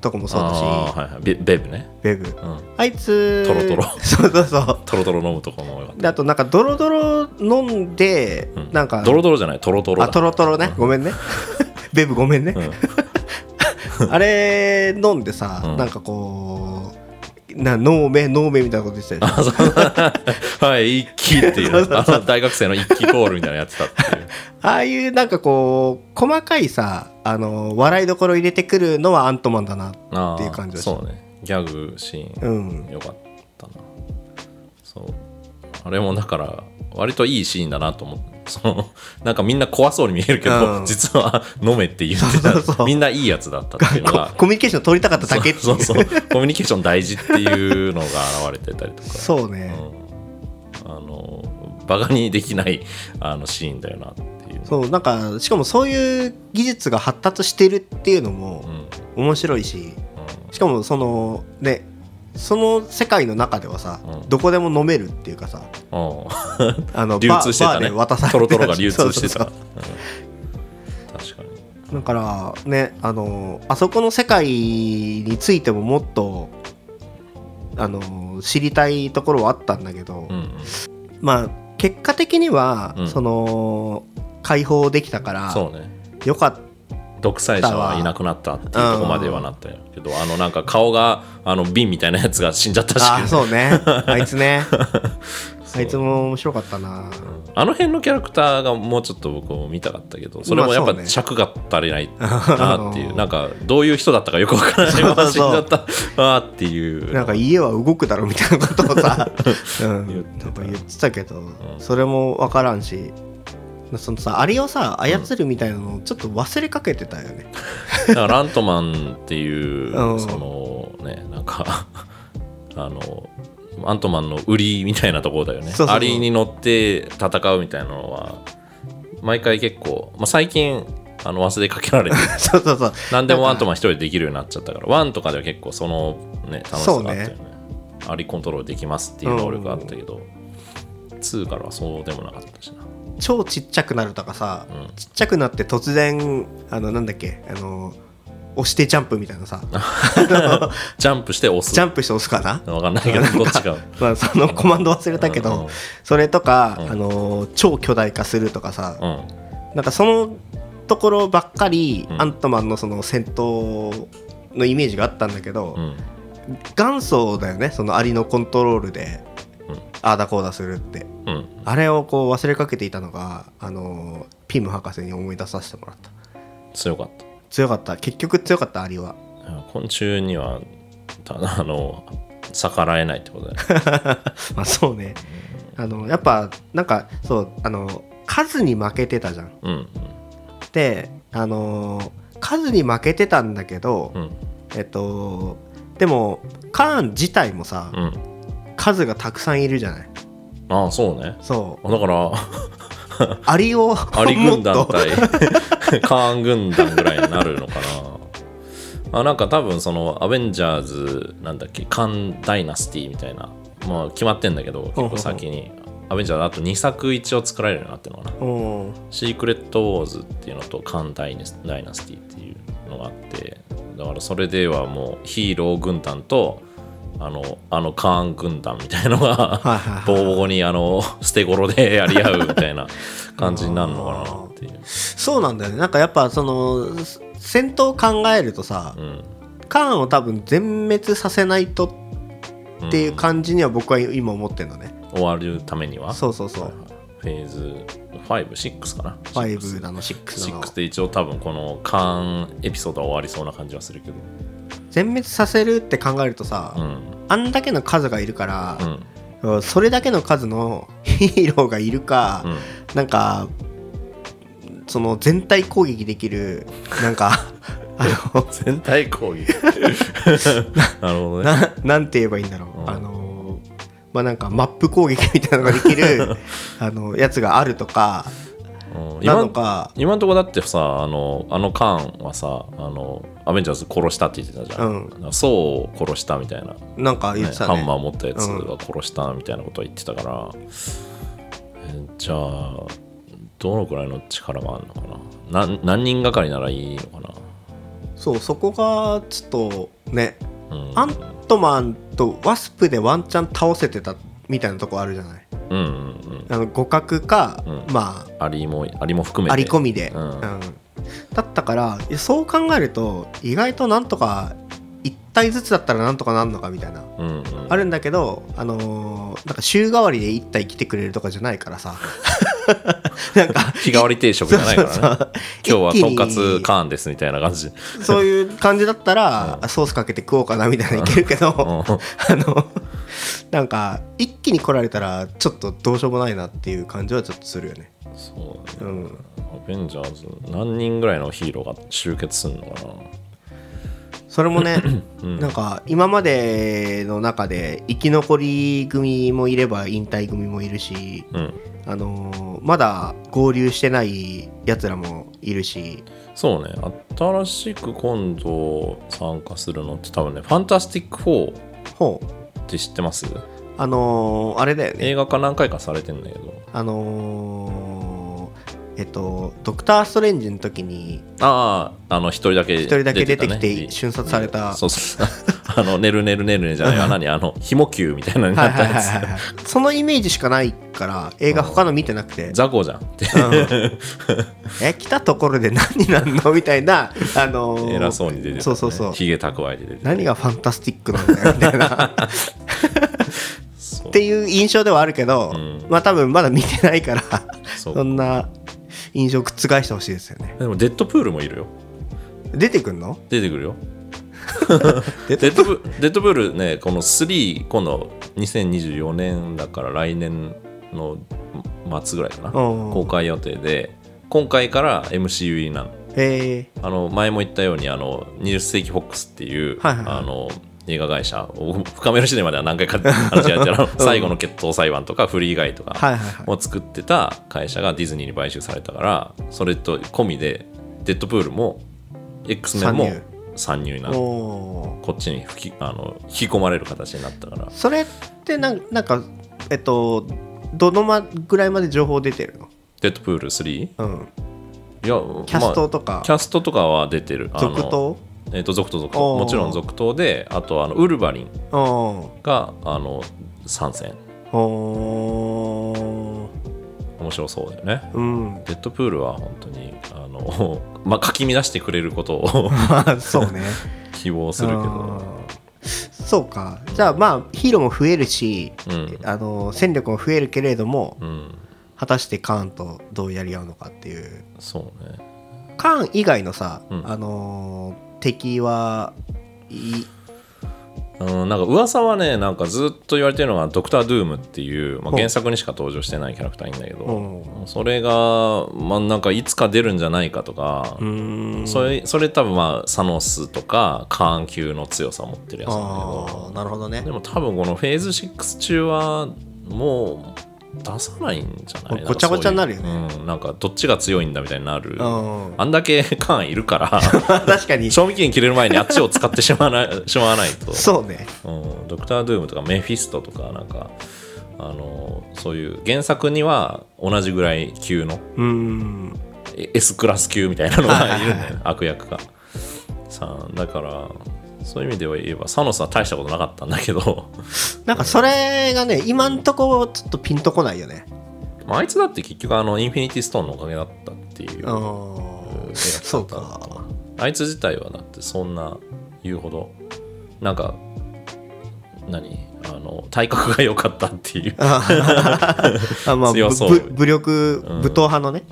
とこもそうだしあーはいはいベベブね、ベグうん、あいつトロトロ そうそうそトロトロ飲むとこもよかっうであとなんかドロドロ飲んで、た、うん、なんかドロドロじゃないトロトロだあトロトロねごめんね ベブご めんね、あれ飲んでさ、うんなんかこうな脳目脳目みたいなこと言ってたで しょあそうはい、一気っていう そうそうそうあの大学生の一気コールみたいなのやってたっていう。ああいうなんかこう細かいさあの笑いどころ入れてくるのはアントマンだなあーっていう感じだしそうね。ギャグシーン。うんよかったなそうあれもだから割といいシーンだなと思ってそのなんかみんな怖そうに見えるけど、うん実は飲めって言ってそうそうそたうみんないいやつだったっていうの がココミュニケーション取りたかっただけっていうそうそうそうコミュニケーション大事っていうのが現れてたりとか、そううね、ん、あのバカにできないあのシーンだよなっていうそうなんかしかもそういう技術が発達してるっていうのうもんうん面白いししかもそのねその世界の中ではさ、うんどこでも飲めるっていうかさうんあの流バー通してたバーねで渡されてトたロトロが流通してそうそうたうん確かにそうだからねあのあそこの世界についてももっとあの知りたいところはあったんだけど、うんうんまあ結果的には、うんその解放できたからそうねよかっ独裁者はいなくなったっていうとこまではなったんやけど、あのなんか顔があの瓶みたいなやつが死んじゃったたああーしそうねあいつねそうあいつも面白かったうなん あの辺のキャラクターがもうちょっと僕も見たかったけどそれもやっまあそうぱね尺が足りないなっていあうのなんかどういう人だったかよくわからない まま死んじゃったあーっていうなんか家は動くだろみたいなことを さ、うん、言言っっててたた言ってたけど、んそれも分からんしそのさあれをさ操るみたいなのをちょっと忘れかけてたよね、 だからラントマンっていううんそのねなんか あのアントマンの売りみたいなところだよねそうそうそうアリに乗って戦うみたいなのは毎回結構、まあ、最近あの忘れかけられ てそうそうそう何でもアントママン一人でできるようになっちゃったからワンとかでは結構その、ね、楽しさがあったよねそアリコントロールできますっていう能力があったけど、2からはそうでもなかったしな超ちっちゃくなるとかさ、うんちっちゃくなって突然あのなんだっけあの押してジャンプみたいなさ あのジャンプして押すジャンプして押すかなわかんないけどどっちかま あ、そのコマンド忘れたけうんどそれとか、うんあの超巨大化するとかさ、うんうんなんかそのところばっかり、うんアントマンのその戦闘のイメージがあったんだけど、うん元祖だよねそのアリのコントロールで、うんああだこうだするってうんあれをこう忘れかけていたのがあのーピム博士に思い出させてもらった強かっ強かった結局強かったア リはたいや昆虫にはたあの逆らえないってことだよ ねまあそうねあのやっぱなんかそうあの数に負けてたじゃんうんであのー数に負けてたんだけど、うんえっとでもカーン自体もさ、うん数がたくさんいるじゃないああそうねそ あだ からうアリを アリ軍も団っと対 カーン軍団ぐらいになるのかなあなんか多分そのアベンジャーズなんだっけカンダイナスティみたいなまあ決まってんだけど結ほうほう構先にアベンジャーズあと2作一応作られるようになってるのかなうんシークレット・ウォーズっていうのとカンダイナスダイナスティっていうのがあってだからそれではもうヒーロー軍団とあのあのカーン軍団みたいのがはいはいボはいコボコにあの捨て頃でやり合うみたいな感じになるのかなっていう、そうなんだよねなんかやっぱそのす戦闘を考えるとさ、うん、カーンを多分全滅させないとっていううん感じには僕は今思ってんのね、終わるためにはそうそうそうはいはいフェーズ56かな5だの6だの6って一応多分このカーンエピソードは終わりそうな感じはするけど全滅させるって考えるとさ、うんあんだけの数がいるからう、 んそれだけの数の ヒーローがいるか、うんなんかその全体攻撃できるな んかあの全体攻 撃なるほどねななんて言えばいいんだろう、うんあのまあなんかマップ攻撃みたいなのがで きるあのやつがあるとかうんな今のんか今のところだってさあのあのカーンはさあのアベンジャーズ殺したって言ってたじゃん、うんなんかソウを殺したみたいな、なんか言ねってたハねンマー持ったやつは殺したみたいなことは言ってたから、えじゃあどのくらいの力があるのかななん何人がかりならいいのかそうそこがちょっとねな、うん、アントマンとワスプでワンチャン倒せてたみたいなとこあるじゃないうんうんうんあの互角か、うんまアリもアリも含めあてあり込みで、うんだったからいやそう考えると意外となんとかいっ体ずつだったらなんとかなんのかみたいなうんうんあるんだけど、あのーなんか週替わりで1体来てくれるとかじゃないから さなんか日替わり定食じゃないからねそうそう今日はとんか一気つにカーンですみたいな感じ、そういう感じだったら、ソースかけて食おうかなみたいないけるけど、うん、あのなんか一気に来られたらちょっとどうしようもないなっていう感じはちょっとするよね。そうだねうん、アベンジャーズ何人ぐらいのヒーローが集結するのかなそれもね、うんなんか今までの中で生き残り組もいれば引退組もいるし、うんあのーまだ合流してないやつらもいるしそうね新しく今度参加するのって多分ね「ファンタスティック4」っほうて知ってますあのーあれだよね映画化何回かされてんだけどあのーえっと「ドクター・ストレンジ」の時にあああの一人だけ一人だけ出てたきねて瞬殺された、そうそう あの「ねるねるねるね」じゃない わ何あのひも球みたいなのにはないっはたいはやいつはいはいそのイメージしかないから映画他の見てなくて、雑魚じゃんってうんえ来たところで何なんのみたいなあのー偉そうに出てた、ね、そうそうそうひげ蓄えて出てた何がファンタスティックなんだよみたいなっそうていう印象ではあるけど、うんまあ多分まだ見てないからそそうそんな印象を覆してほしいですよねでもデッドプールもいるよ出てくんの出てくる よデデッドブデッドブールね、この3、今度2024年だから来年の末ぐらいかな、うん公開予定で、今回から MCU 入りなの。えあの前も言ったように、あの20世紀フォックスっていう、はいはいはいあの映画会社、僕深めるシネマでは何回か話がやって るあの最後の決闘裁判とか、フリーガイとか、ー、はいはいはいを作ってた会社がディズニーに買収されたからそれと込みでデッドプールも X メンも参入参入なのおーこっちに吹きあの引き込まれる形になったからそれってなんなんかえっとどのまぐらいまで情報出てるの、デッドプール3いうん、やキャストまとかあ、キャストとかは出てるあの続投えっ、と続投続投おーもちろん続投であとあのウルヴァリンうんがあの参戦おー面白そうだよねうんデッドプールは本当にあの、 まあ、かき乱してくれることを まあそう ね希望するけどあーそうかじゃあまあヒーローも増えるし、うんあの戦力も増えるけれどもうん果たしてカーンとどうやり合うのかっていうそうねカーン以外のさ、うんあのー敵はいうん、なんか噂はねなんかずっと言われてるのがドクター・ドゥームっていう、まあ、ほう原作にしか登場してないキャラクターいいんだけどおうそれが、まあ、なんかいつか出るんじゃないかとかうーんそれそれ多分まあサノスとかカーン級の強さを持ってるやつなんだああなるほどけねどでも多分このフェーズ6中はもう出さないんじゃないごちゃごちゃになるよねね、うん、なんかどっちが強いんだみたいになるうんあんだけカーンいるから 確かに賞味期限切れる前にあっちを使ってしまわないしまわないとそうねうん、ドクター・ドゥームとかメフィストとかなんかあのそういう原作には同じぐらい級のうーんえ S クラス級みたいなのはいはがいいはいるんだよね悪役がさあだからそういう意味では言えばサノスは大したことなかったんだけど なんかそれがね今んとこちょっとピンとこないよねまああいつだって結局あのインフィニティ・ストーンのおかげだったっていううんんそうかあいつ自体はだってそんな言うほどなんか何あの体格が良かったっていうあまあ強ぶそうぶ武力うん武闘派のね、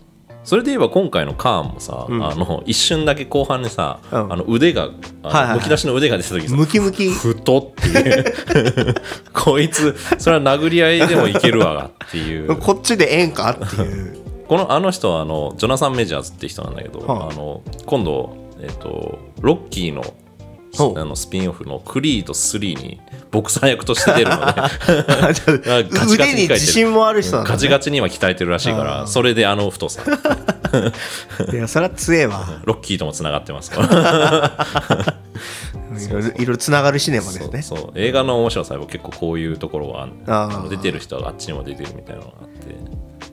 それで言えば今回のカーンもさ、うんあの一瞬だけ後半にさ、うんあの腕が、はいはいあはのいむき出しの腕が出た時さ、ムキ ムキ太っていう こいつそれは殴り合いでもいけるわっていうここっちでええんかっ ていうのあの人はあのジョナサン・メジャーズって人なんだけど、はああの今度、えっとロッキーのほうあのスピンオフのクリード3にボクサー役として出る のであちょっとガチガチに腕に自信もある人なんだ、ねガチガチには鍛えてるらしいかあーらそれであの太さいやそれは強えわロッキーともつながってますからいろいろいろいろつながるシネマですねそうそう映画の面白さは結構こういうところはあんあーあの出てる人はあっちにも出てるみたいなのがあって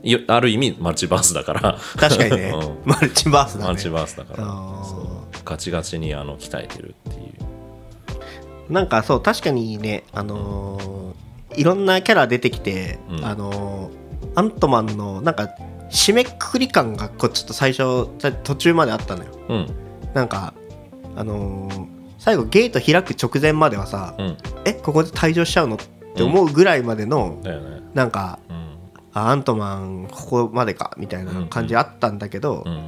いやある意味マルチバースだから確かに ね、うマルチバースだねマルチバースだからあーそうガチガチにあの鍛えてるっていうなんかそう確かにねあのーいろんなキャラ出てきて、うんあのーアントマンのなんか締めくくり感がこうちょっと最初ちょ途中まであったのようんなんかあのー最後ゲート開く直前まではさ、うんえここで退場しちゃうのって思うぐらいまでの、だよねなんかうんあアントマンここまでかみたいな感じあったんだけど、うん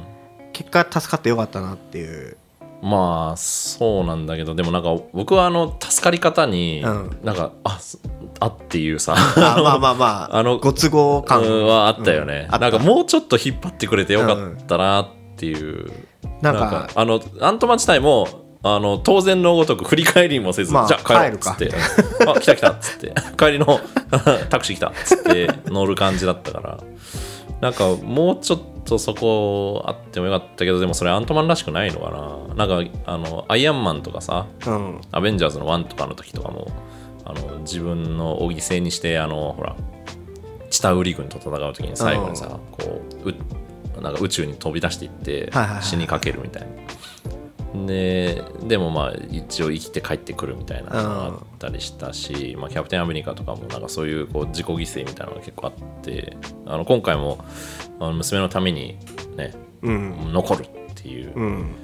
結果助かってよかったなっていうまあそうなんだけどでもなんか僕はあの助かり方に、うんなんかあすあっていうさあまあまあま ああのご都合 感うんはあったよね、うんあったなんかもうちょっと引っ張ってくれてよかったなっていう、なんかあのアントマン自体もあの当然のごとく振り返りもせず、まあじゃあ帰ろうっ帰るつかって「 あ来た来た」っつって帰りの タクシー来たっつって乗る感じだったからなんかもうちょっとそこあってもよかったけどでもそれアントマンらしくないのかななんかあのアイアンマンとかさうんアベンジャーズの1とかの時とかもあの自分のを犠牲にしてあのほらチタウリ軍と戦う時に最後にさこううなんか宇宙に飛び出していってはいはいはい死にかけるみたいな。ででもまあ一応生きて帰ってくるみたいなのがあったりしたし、まあ、キャプテンアメリカとかもなんかそういうこう自己犠牲みたいなのが結構あってあの今回もあの娘のためにねうん残るっていううん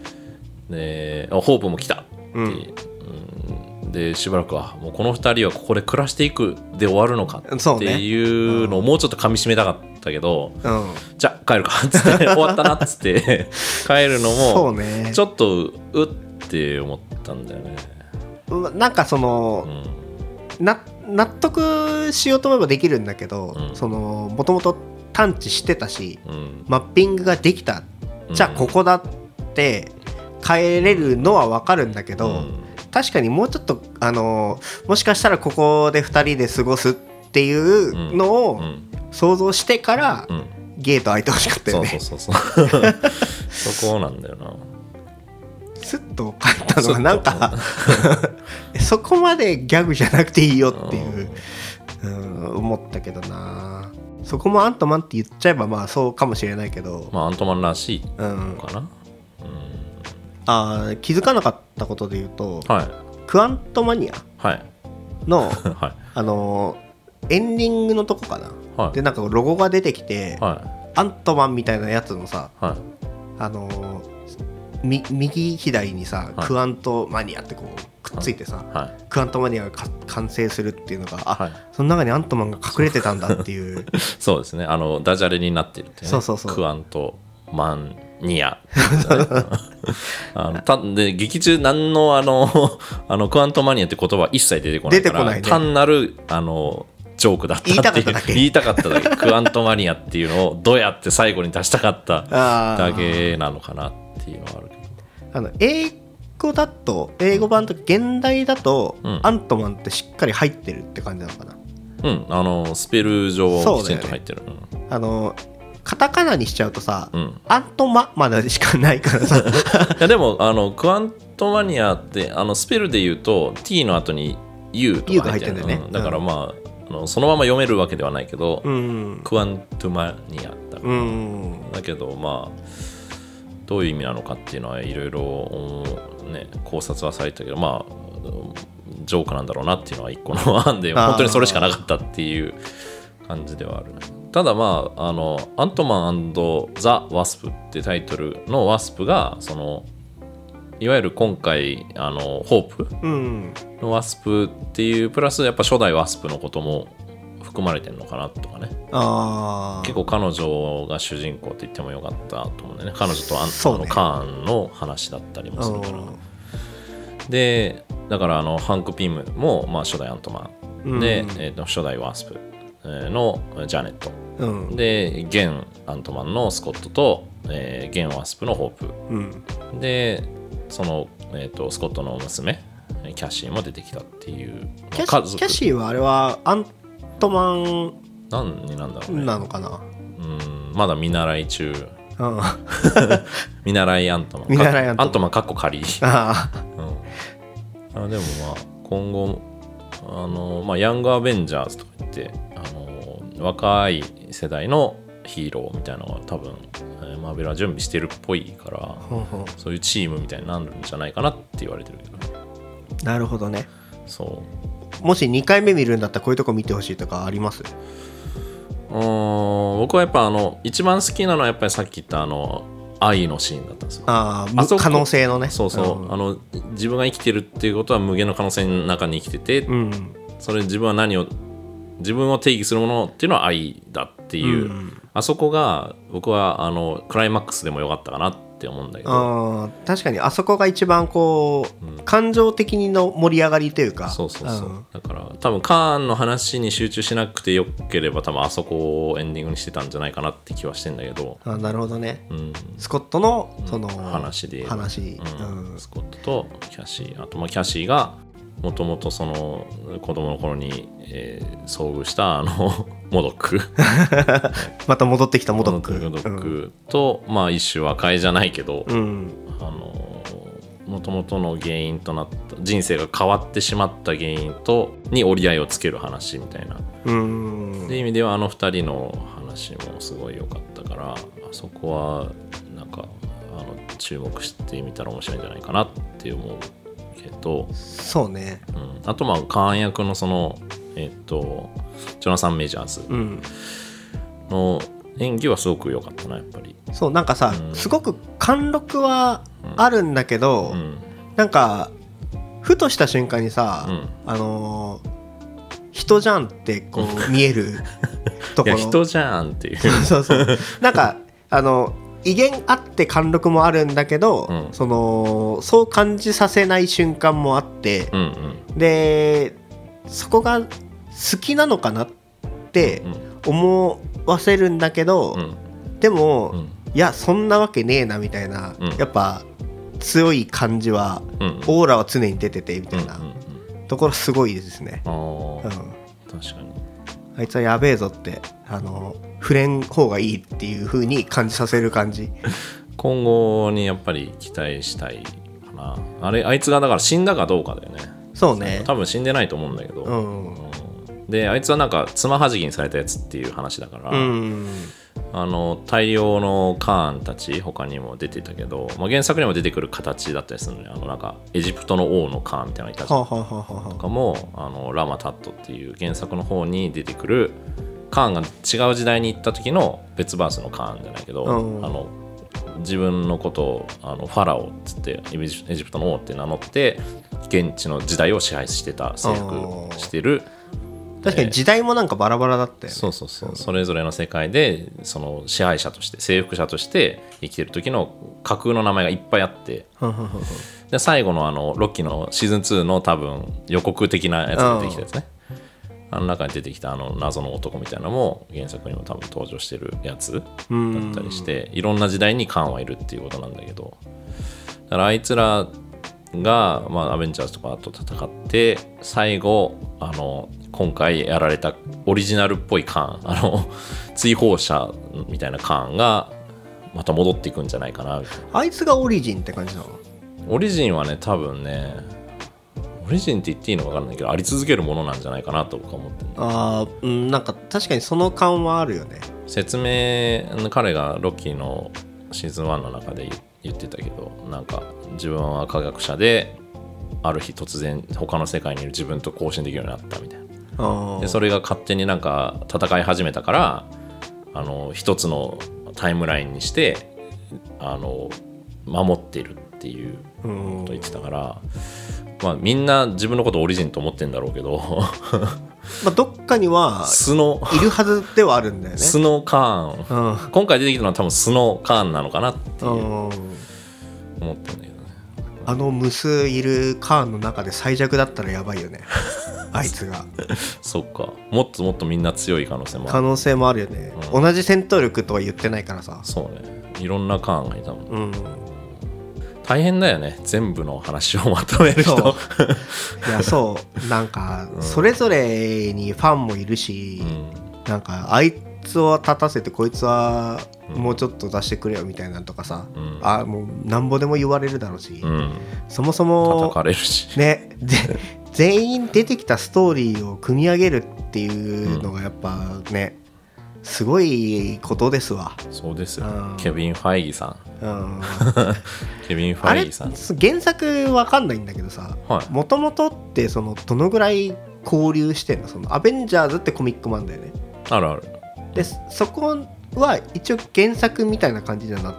であホープも来たって、うんうんでしばらくはもうこの2人はここで暮らしていくで終わるのかそうってねいうのをもうちょっと噛みしめたかったけど、うんじゃあ帰るか っつって終 わったなっつって帰るのそもうねちょっとうって思ったんだよね。なんかその、うんな納得しようと思えばできるんだけど、うんそのもともと探知してたしうんマッピングができたじゃあうんここだって変えれるのは分かるんだけど、うん確かにもうちょっとあのもしかしたらここで2人で過ごすっていうのうをん想像してから、うんゲート開いてほしかったそようねそうそうそう そこなんだよな。スッと帰ったのはなんか そこまでギャグじゃなくていいよっていう、うん、思ったけどなそこもアントマンって言っちゃえばまあそうかもしれないけど、まあアントマンらしいうんの、かな。あー気づかなかったことで言うと、はいクアントマニアはい のはあのーエンディングのとこかな、はいでなんかロゴが出てきて、いはアントマンみたいなやつのさいはい。あのーみ右左にさ、はいクアントマニアってこうくっついてさ、はいクアントマニアがか完成するっていうのがあ、はいその中にアントマンが隠れてたんだっ ていうそうですね。あの、ダジャレになってるってね。そうそうそうクアントマンニ アっていうね、あのたで劇中何の あのあのクアントマニアって言葉は一切出てこないから出てこないね単なるあのジョークだったっていう言いたかっただけ言いたかっただけクアントマニアっていうのをどうやって最後に出したかったあーだけなのかなっていうのはあるけどあの英語だと英語版とか現代だと、うんアントマンってしっかり入ってるって感じなのかなうんあのスペル上そきうだちよんねと入ってるう,、あのカタカナにしちゃうとさ、ん、うん、アントマまでしかないか らさいやでもあのクアントマニアってあのスペルで言うと T の後に U と U かが入入っってるてんだよねうんだからまああのそのまま読めるわけではないけど、うんクアントマニアだ,、うんだけどまあどういう意味なのかっていうのはいろいろおね考察はされてたけどまあうんジョークなんだろうなっていうのは一個の案であー本当にそれしかなかったっていう感じではあるただまああの「アントマンザ・ワスプ」ってタイトルのワスプがそのいわゆる今回あのホープうんのワスプっていうプラスやっぱ初代ワスプのことも含まれてるのかなとかねああ結構彼女が主人公って言ってもよかったと思うんだよね彼女とあんそうあねのカーンの話だったりもするからうでだからあのハンク・ピムも、まあ、初代アントマンんで、うんえーと初代ワースプえーのジャネットうんで現アントマンのスコットと、えー現ワースプのホーうんプでその、えー、とスコットの娘えーキャシーも出てきたっていう、キャまあシキャシーはあれはアントマ何になんだろうンねなのかな、うんまだ見習い中うん、あ見習いアントマン見習いアントマンアントマンかっこ仮あうん、あでもまあ今後あの、まあ、ヤングアベンジャーズとか言ってあの若い世代のヒーローみたいなのが多分えーマーベルは準備してるっぽいからほんほんそういうチームみたいになるんじゃないかなって言われてるけどねなるほどねそもし2回目見るんだったらこういうとこ見てほしいとかありますううーん僕はやっぱあの一番好きなのはやっぱりさっき言ったあの愛のシーンだったんですよああそあこ可能性のねそうそう、あの自分が生きてるっていうことは無限の可能性の中に生きてて、うん、それ自分は何を自分を定義するものっていうのは愛だっていう、うんあそこが僕はあのクライマックスでもよかったかなって思うんだけどあー確かにあそこが一番こう、感情的にの盛り上がりというかそうそうそう、んだから多分カーンの話に集中しなくてよければ多分あそこをエンディングにしてたんじゃないかなって気はしてんだけど、あなるほどねうん、スコットのその、話で話、ううんんスコットとキャシーあとまあキャシーがもともとその子供の頃に、えー遭遇したあのモドックまた戻ってきたモドッ クモドックと、まあ一種和解じゃないけど、うんうんあのもともとの原因となった人生が変わってしまった原因とに折り合いをつける話みたいなうんっていう意味ではあの2人の話もすごい良かったからあそこはなんかあの注目してみたら面白いんじゃないかなって思うけど、そうねうん、あとまあカーン役のそのえっとジョナサン・メジャーズうんの演技はすごく良かったなやっぱり。そうなんかさ、うんすごく貫禄はあるんだけど、うんなんかふとした瞬間にさ、うんあのー人じゃんってこう見 えるといこやろ人じゃんっていう。 そうそうなんかあの威厳あって貫禄もあるんだけど、うんそのそう感じさせない瞬間もあってうんうんでそこが好きなのかなってうん思わせるんだけど、うんでも、うんいやそんなわけねえなみたいな、うんやっぱ強い感じはうんオーラは常に出ててみたいうんうんなうんところすごいですね、あうあん、確かに。あいつはやべえぞってあの触れん方がいいっていう風に感じさせる感じ今後にやっぱり期待したいかなあれあいつがだから死んだかどうかだよねそうね多分死んでないと思うんだけど、うんであいつはなんかつまはじきにされたやつっていう話だから、うんあの大量のカーンたち他にも出てたけど、まあ、原作にも出てくる形だったりするのねあのなんかエジプトの王のカーンみたいなのがいたはありはあはあはとあかもあのラマタットっていう原作の方に出てくるカーンが違う時代に行った時の別バースのカーンじゃないけど、うんあの自分のことをあのファラオっつってエジエジプトの王って名乗って現地の時代を支配してた征服してる確かに時代もなんかバラバラだったよねそうそうそうそれぞれの世界でその支配者として征服者として生きてる時の架空の名前がいっぱいあってうんうんうんうんで最後のあのロッキーのシーズン2の多分予告的なやつが出てきたやつねあの中に出てきたあの謎の男みたいなのも原作にも多分登場してるやつだったりしていろんな時代にカーンはいるっていうことなんだけどだからあいつらが、まあ、アベンジャーズとかと戦って最後あの今回やられたオリジナルっぽいカーンあの追放者みたいなカーンがまた戻っていくんじゃないかなみたいな。あいつがオリジンって感じなのオリジンはね多分ねオリジンって言っていいのか分かんないけどあり続けるものなんじゃないかなと僕は思ってるあーうんなんか確かにその感はあるよね説明彼がロッキーのシーズン1の中で言言ってたけどなんか自分は科学者である日突然他の世界にいる自分と交信できるようになったみたいなあでそれが勝手になんか戦い始めたからあの一つのタイムラインにしてあの守ってるっていうれうんと言ってたから、まあ、みんな自分のことオリジンと思ってんだろうけどまあどっかには素のいるはずではあるんだよね素のカーンうん今回出てきたのは多分素のカーンなのかなっていう思うんってんだけどねあの無数いるカーンの中で最弱だったらやば いよねあいつがそっかもっともっとみんな強い可能性もあ可る能性もあるよね、うん同じ戦闘力とは言ってないからさそうねいろんなカーンがいたもんうん大変だよね全部の話をまとめる人そういやそうなんかそれぞれにファンもいるし、うんなんかあいつを立たせてこいつはもうちょっと出してくれよみたいなのとかさ、うんあもうなんぼでも言われるだろうし、うんそもそ叩もかれるしねで全員出てきたストーリーを組み上げるっていうのがやっぱね、すごいことですわ、そうですようんケビン・ファイギさん うん、ケビン・フあァイれギさん原作わかんないんだけどさはいもともとってそのどのぐらい交流してんのそのアベンジャーズってコミックマンだよねあるあるでそこは一応原作みたいな感じにはなっ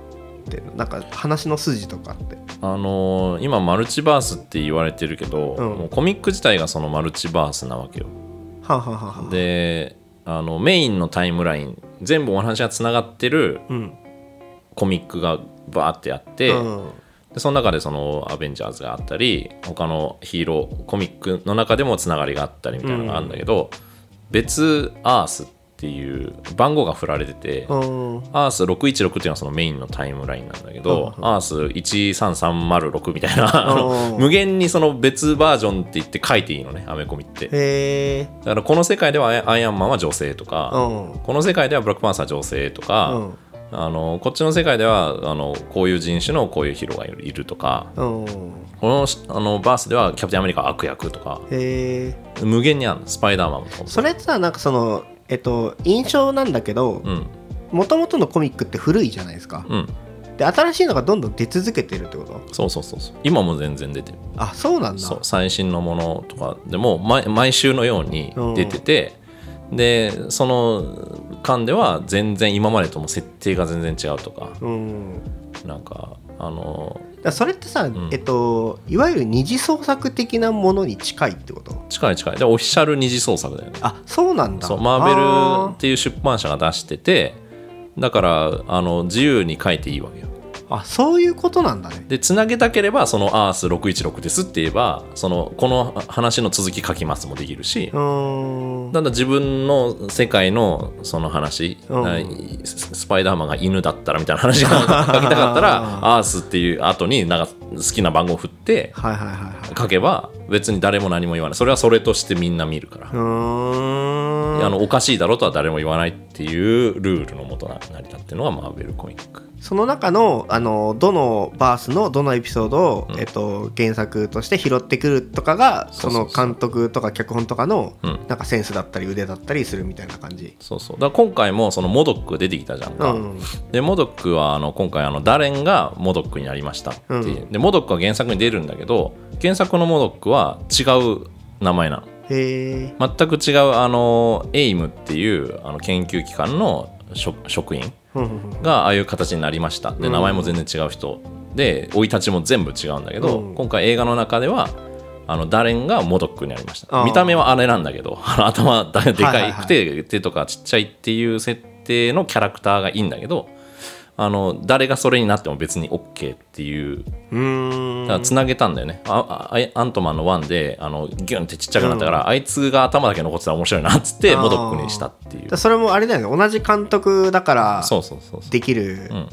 ってなんか話の筋とかってあのー今マルチバースって言われてるけど、うんもうコミック自体がそのマルチバースなわけよはあ、はあはあはあ、であのメインのタイムライン全部お話がつながってるうん、コミックがバーってあって、うんでその中でそのアベンジャーズがあったり他のヒーローコミックの中でもつながりがあったりみたいなのがあるんだけど、別アースっていう番号が振られてて、うんアース616っていうのはそのメインのタイムラインなんだけど、うアース13306みたいな、あのうん 無限にその別バージョンって言って書いていいのねアメコミってへえだからこの世界ではアイアイアンマンは女性とうか、んこの世界ではブラックパンサー女性とか、うんあのこっちの世界ではあのこういう人種のこういうヒーローがいるいるとかうんこのあのバースではキャプテンアメリカは悪役とかへえ無限にあるのスパイダーマンもそれってさなんかそのえっと印象なんだけどうんもともとのコミックって古いじゃないですかうんで新しいのがどんどん出続けてるってことそうそうそうそう今も全然出てるあそうなんだそう最新のものとかでも毎毎週のように出てて、でその間では全然今までとも設定が全然違うとかうんだかなんかあのらそれってさ、んえっといわゆる二次創作的なものに近いってこと近い近いでオフィシャル二次創作だよねあそうなんだそうマーベルっルていう出版社が出しててだからあの自由に書いていいわけよあそういうことなんだねでつなげたければその「アース616です」って言えばそのこの話の続き書きますもできるしうーんただ自分の世界のその話、うんあいススパイダーマンが犬だったらみたいな話が 書きたかったら「アース」っていう後になんか好きな番号振ってはいはいはいはい書けば別に誰も何も言わないそれはそれとしてみんな見るからう、ーんあのおかしいだろとは誰も言わないっていうルールのもとな成り立ってるのがマーベルコミックその中のあのどのバースのどのエピソードを、うんえっと、原作として拾ってくるとかがそそうそうそのう監督とか脚本とかの、うんなんかセンスだったり腕だったりするみたいな感じ。そうそうだから今回もそのモドックが出てきたじゃんうか、ん、でモドックはあの今回あのダレンがモドックになりましたっていう、でモドックは原作に出るんだけど原作のモドックは違う名前なのへえ。全く違うあのエイムっていうあの研究機関の職職員うんうんうんがああいう形になりましたでうん名前も全然違う人、で生い立ちも全部違うんだけど、うん今回映画の中ではあのダレンがモドックになりましあたー見た目はあれなんだけどあ の頭だではいはかいいはいくて、手とかちっちゃいっていう設定のキャラクターがいいんだけどあの誰がそれになっても別に OK っていううーんだからつなげたんだよね、ああアントマンの1であのギュンってちっちゃくなったから、あいつが頭だけ残ってたら面白いなっつってあーモドックにしたっていうだそれもあれだよね同じ監督だからそうそうそうそうできるうん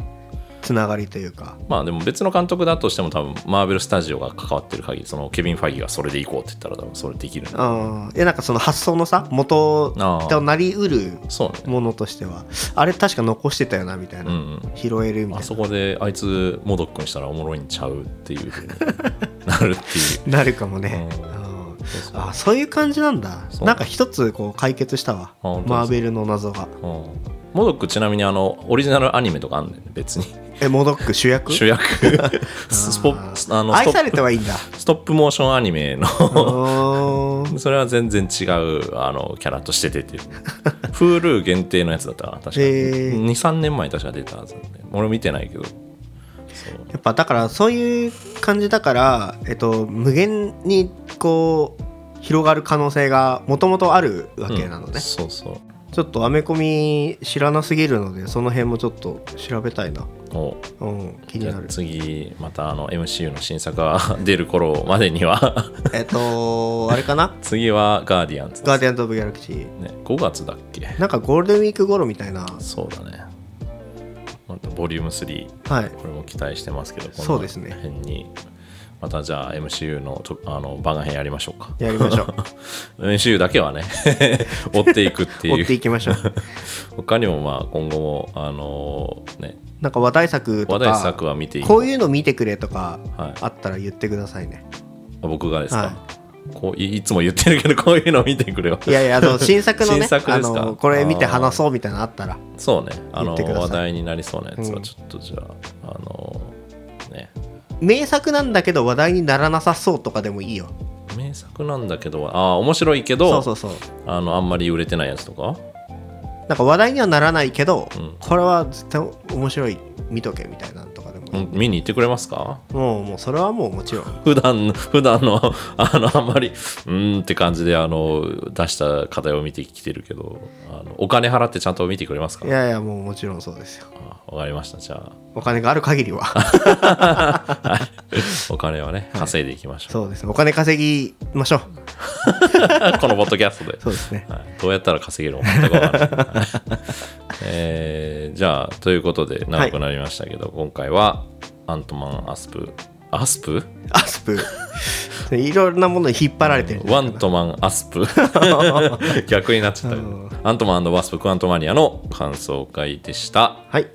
つながりというか。まあでも別の監督だとしても多分マーベル・スタジオが関わってる限りそのケビン・ファイギーがそれで行こうって言ったら多分それできるんだうん、いやなんかその発想のさ元あーとなりうるそうねものとしてはあれ確か残してたよなみたいな、うん拾えるうんみたあいそこであいつモドックにしたらおもろいんちゃうっていうふうになるってななるかもね。うんうんいうそうあそういう感じなんだそうなんか一つこう解決したわ本当ですマーベルの謎がうんモドックちなみにあのオリジナルアニメとかあんだよね別にえモドック主役主役 スポあーあのス愛トさッれてはいい んだプストップモーションアニ メのうーんそれは全然違うあのキャラとして出てる Hulu 限定のやつだったかな確かに、へー23年前に確か出たはずなんで俺見てないけどそうやっぱだからそういう感じだから、えっと、無限にこう広がる可能性がもともとあるわけなのね、うんちそうそうょっとアメコミ知らなすぎるのでその辺もちょっと調べたいな、おうん、気にじゃなある次またあの MCU の新作が出る頃までには えっとあ れかな次はガーディアンズガーディアンズ・オブ・ギャラクシーね、5月だっけなんかゴールデンウィーク頃みたいなそうだねまたボリューム3はいこれも期待してますけどこのそうですね辺にまたじゃあ MCU のとあの番外編やりましょうかやりましょ う MCU だけはね 追っていくって追いってういきまし ょう他にもまあ今後もあのねなんか話題作と話か題作は見ていこくういうの見てくれとかはいあったら言ってくださいね、僕がですか、はこういいつも言ってるけどこういうの見てくれ よい、やいや あの新作のね新作あですかのこれ見て話そうみたいなのあったらそうねあ言のってください話題になりそうなやつうはんちょっとじゃあ、あのね名作なんだけど話題にならなさそうとかでもいいよ名作なんだけどああ面白いけどそうそうそうあのあんまり売れてないやつとかなんか話題にはならないけど、うんこれは絶対面白い見とけみたいなのとうん見に行ってくれますかもうもうそれはもうもちろん普段の普段の あのあんまりうーんって感じであの出した課題を見てきてるけどあのお金払ってちゃんと見てくれますかいやいやもうもちろんそうですよあわかりましたじゃあ お金がある限りはお金はね稼いでいきましょう、そうですねお金稼ぎましょう このポッドキャストでそうですねはい、どうやったら稼げるのか全くわからないはい えーじゃあということで長くなりましたけど、今回はアントマンアスプアスプアス プいろんなものに引っ張られてるワントマンアス プ逆になっちゃったけどアントマンワスプクアントマニアの感想会でしたはい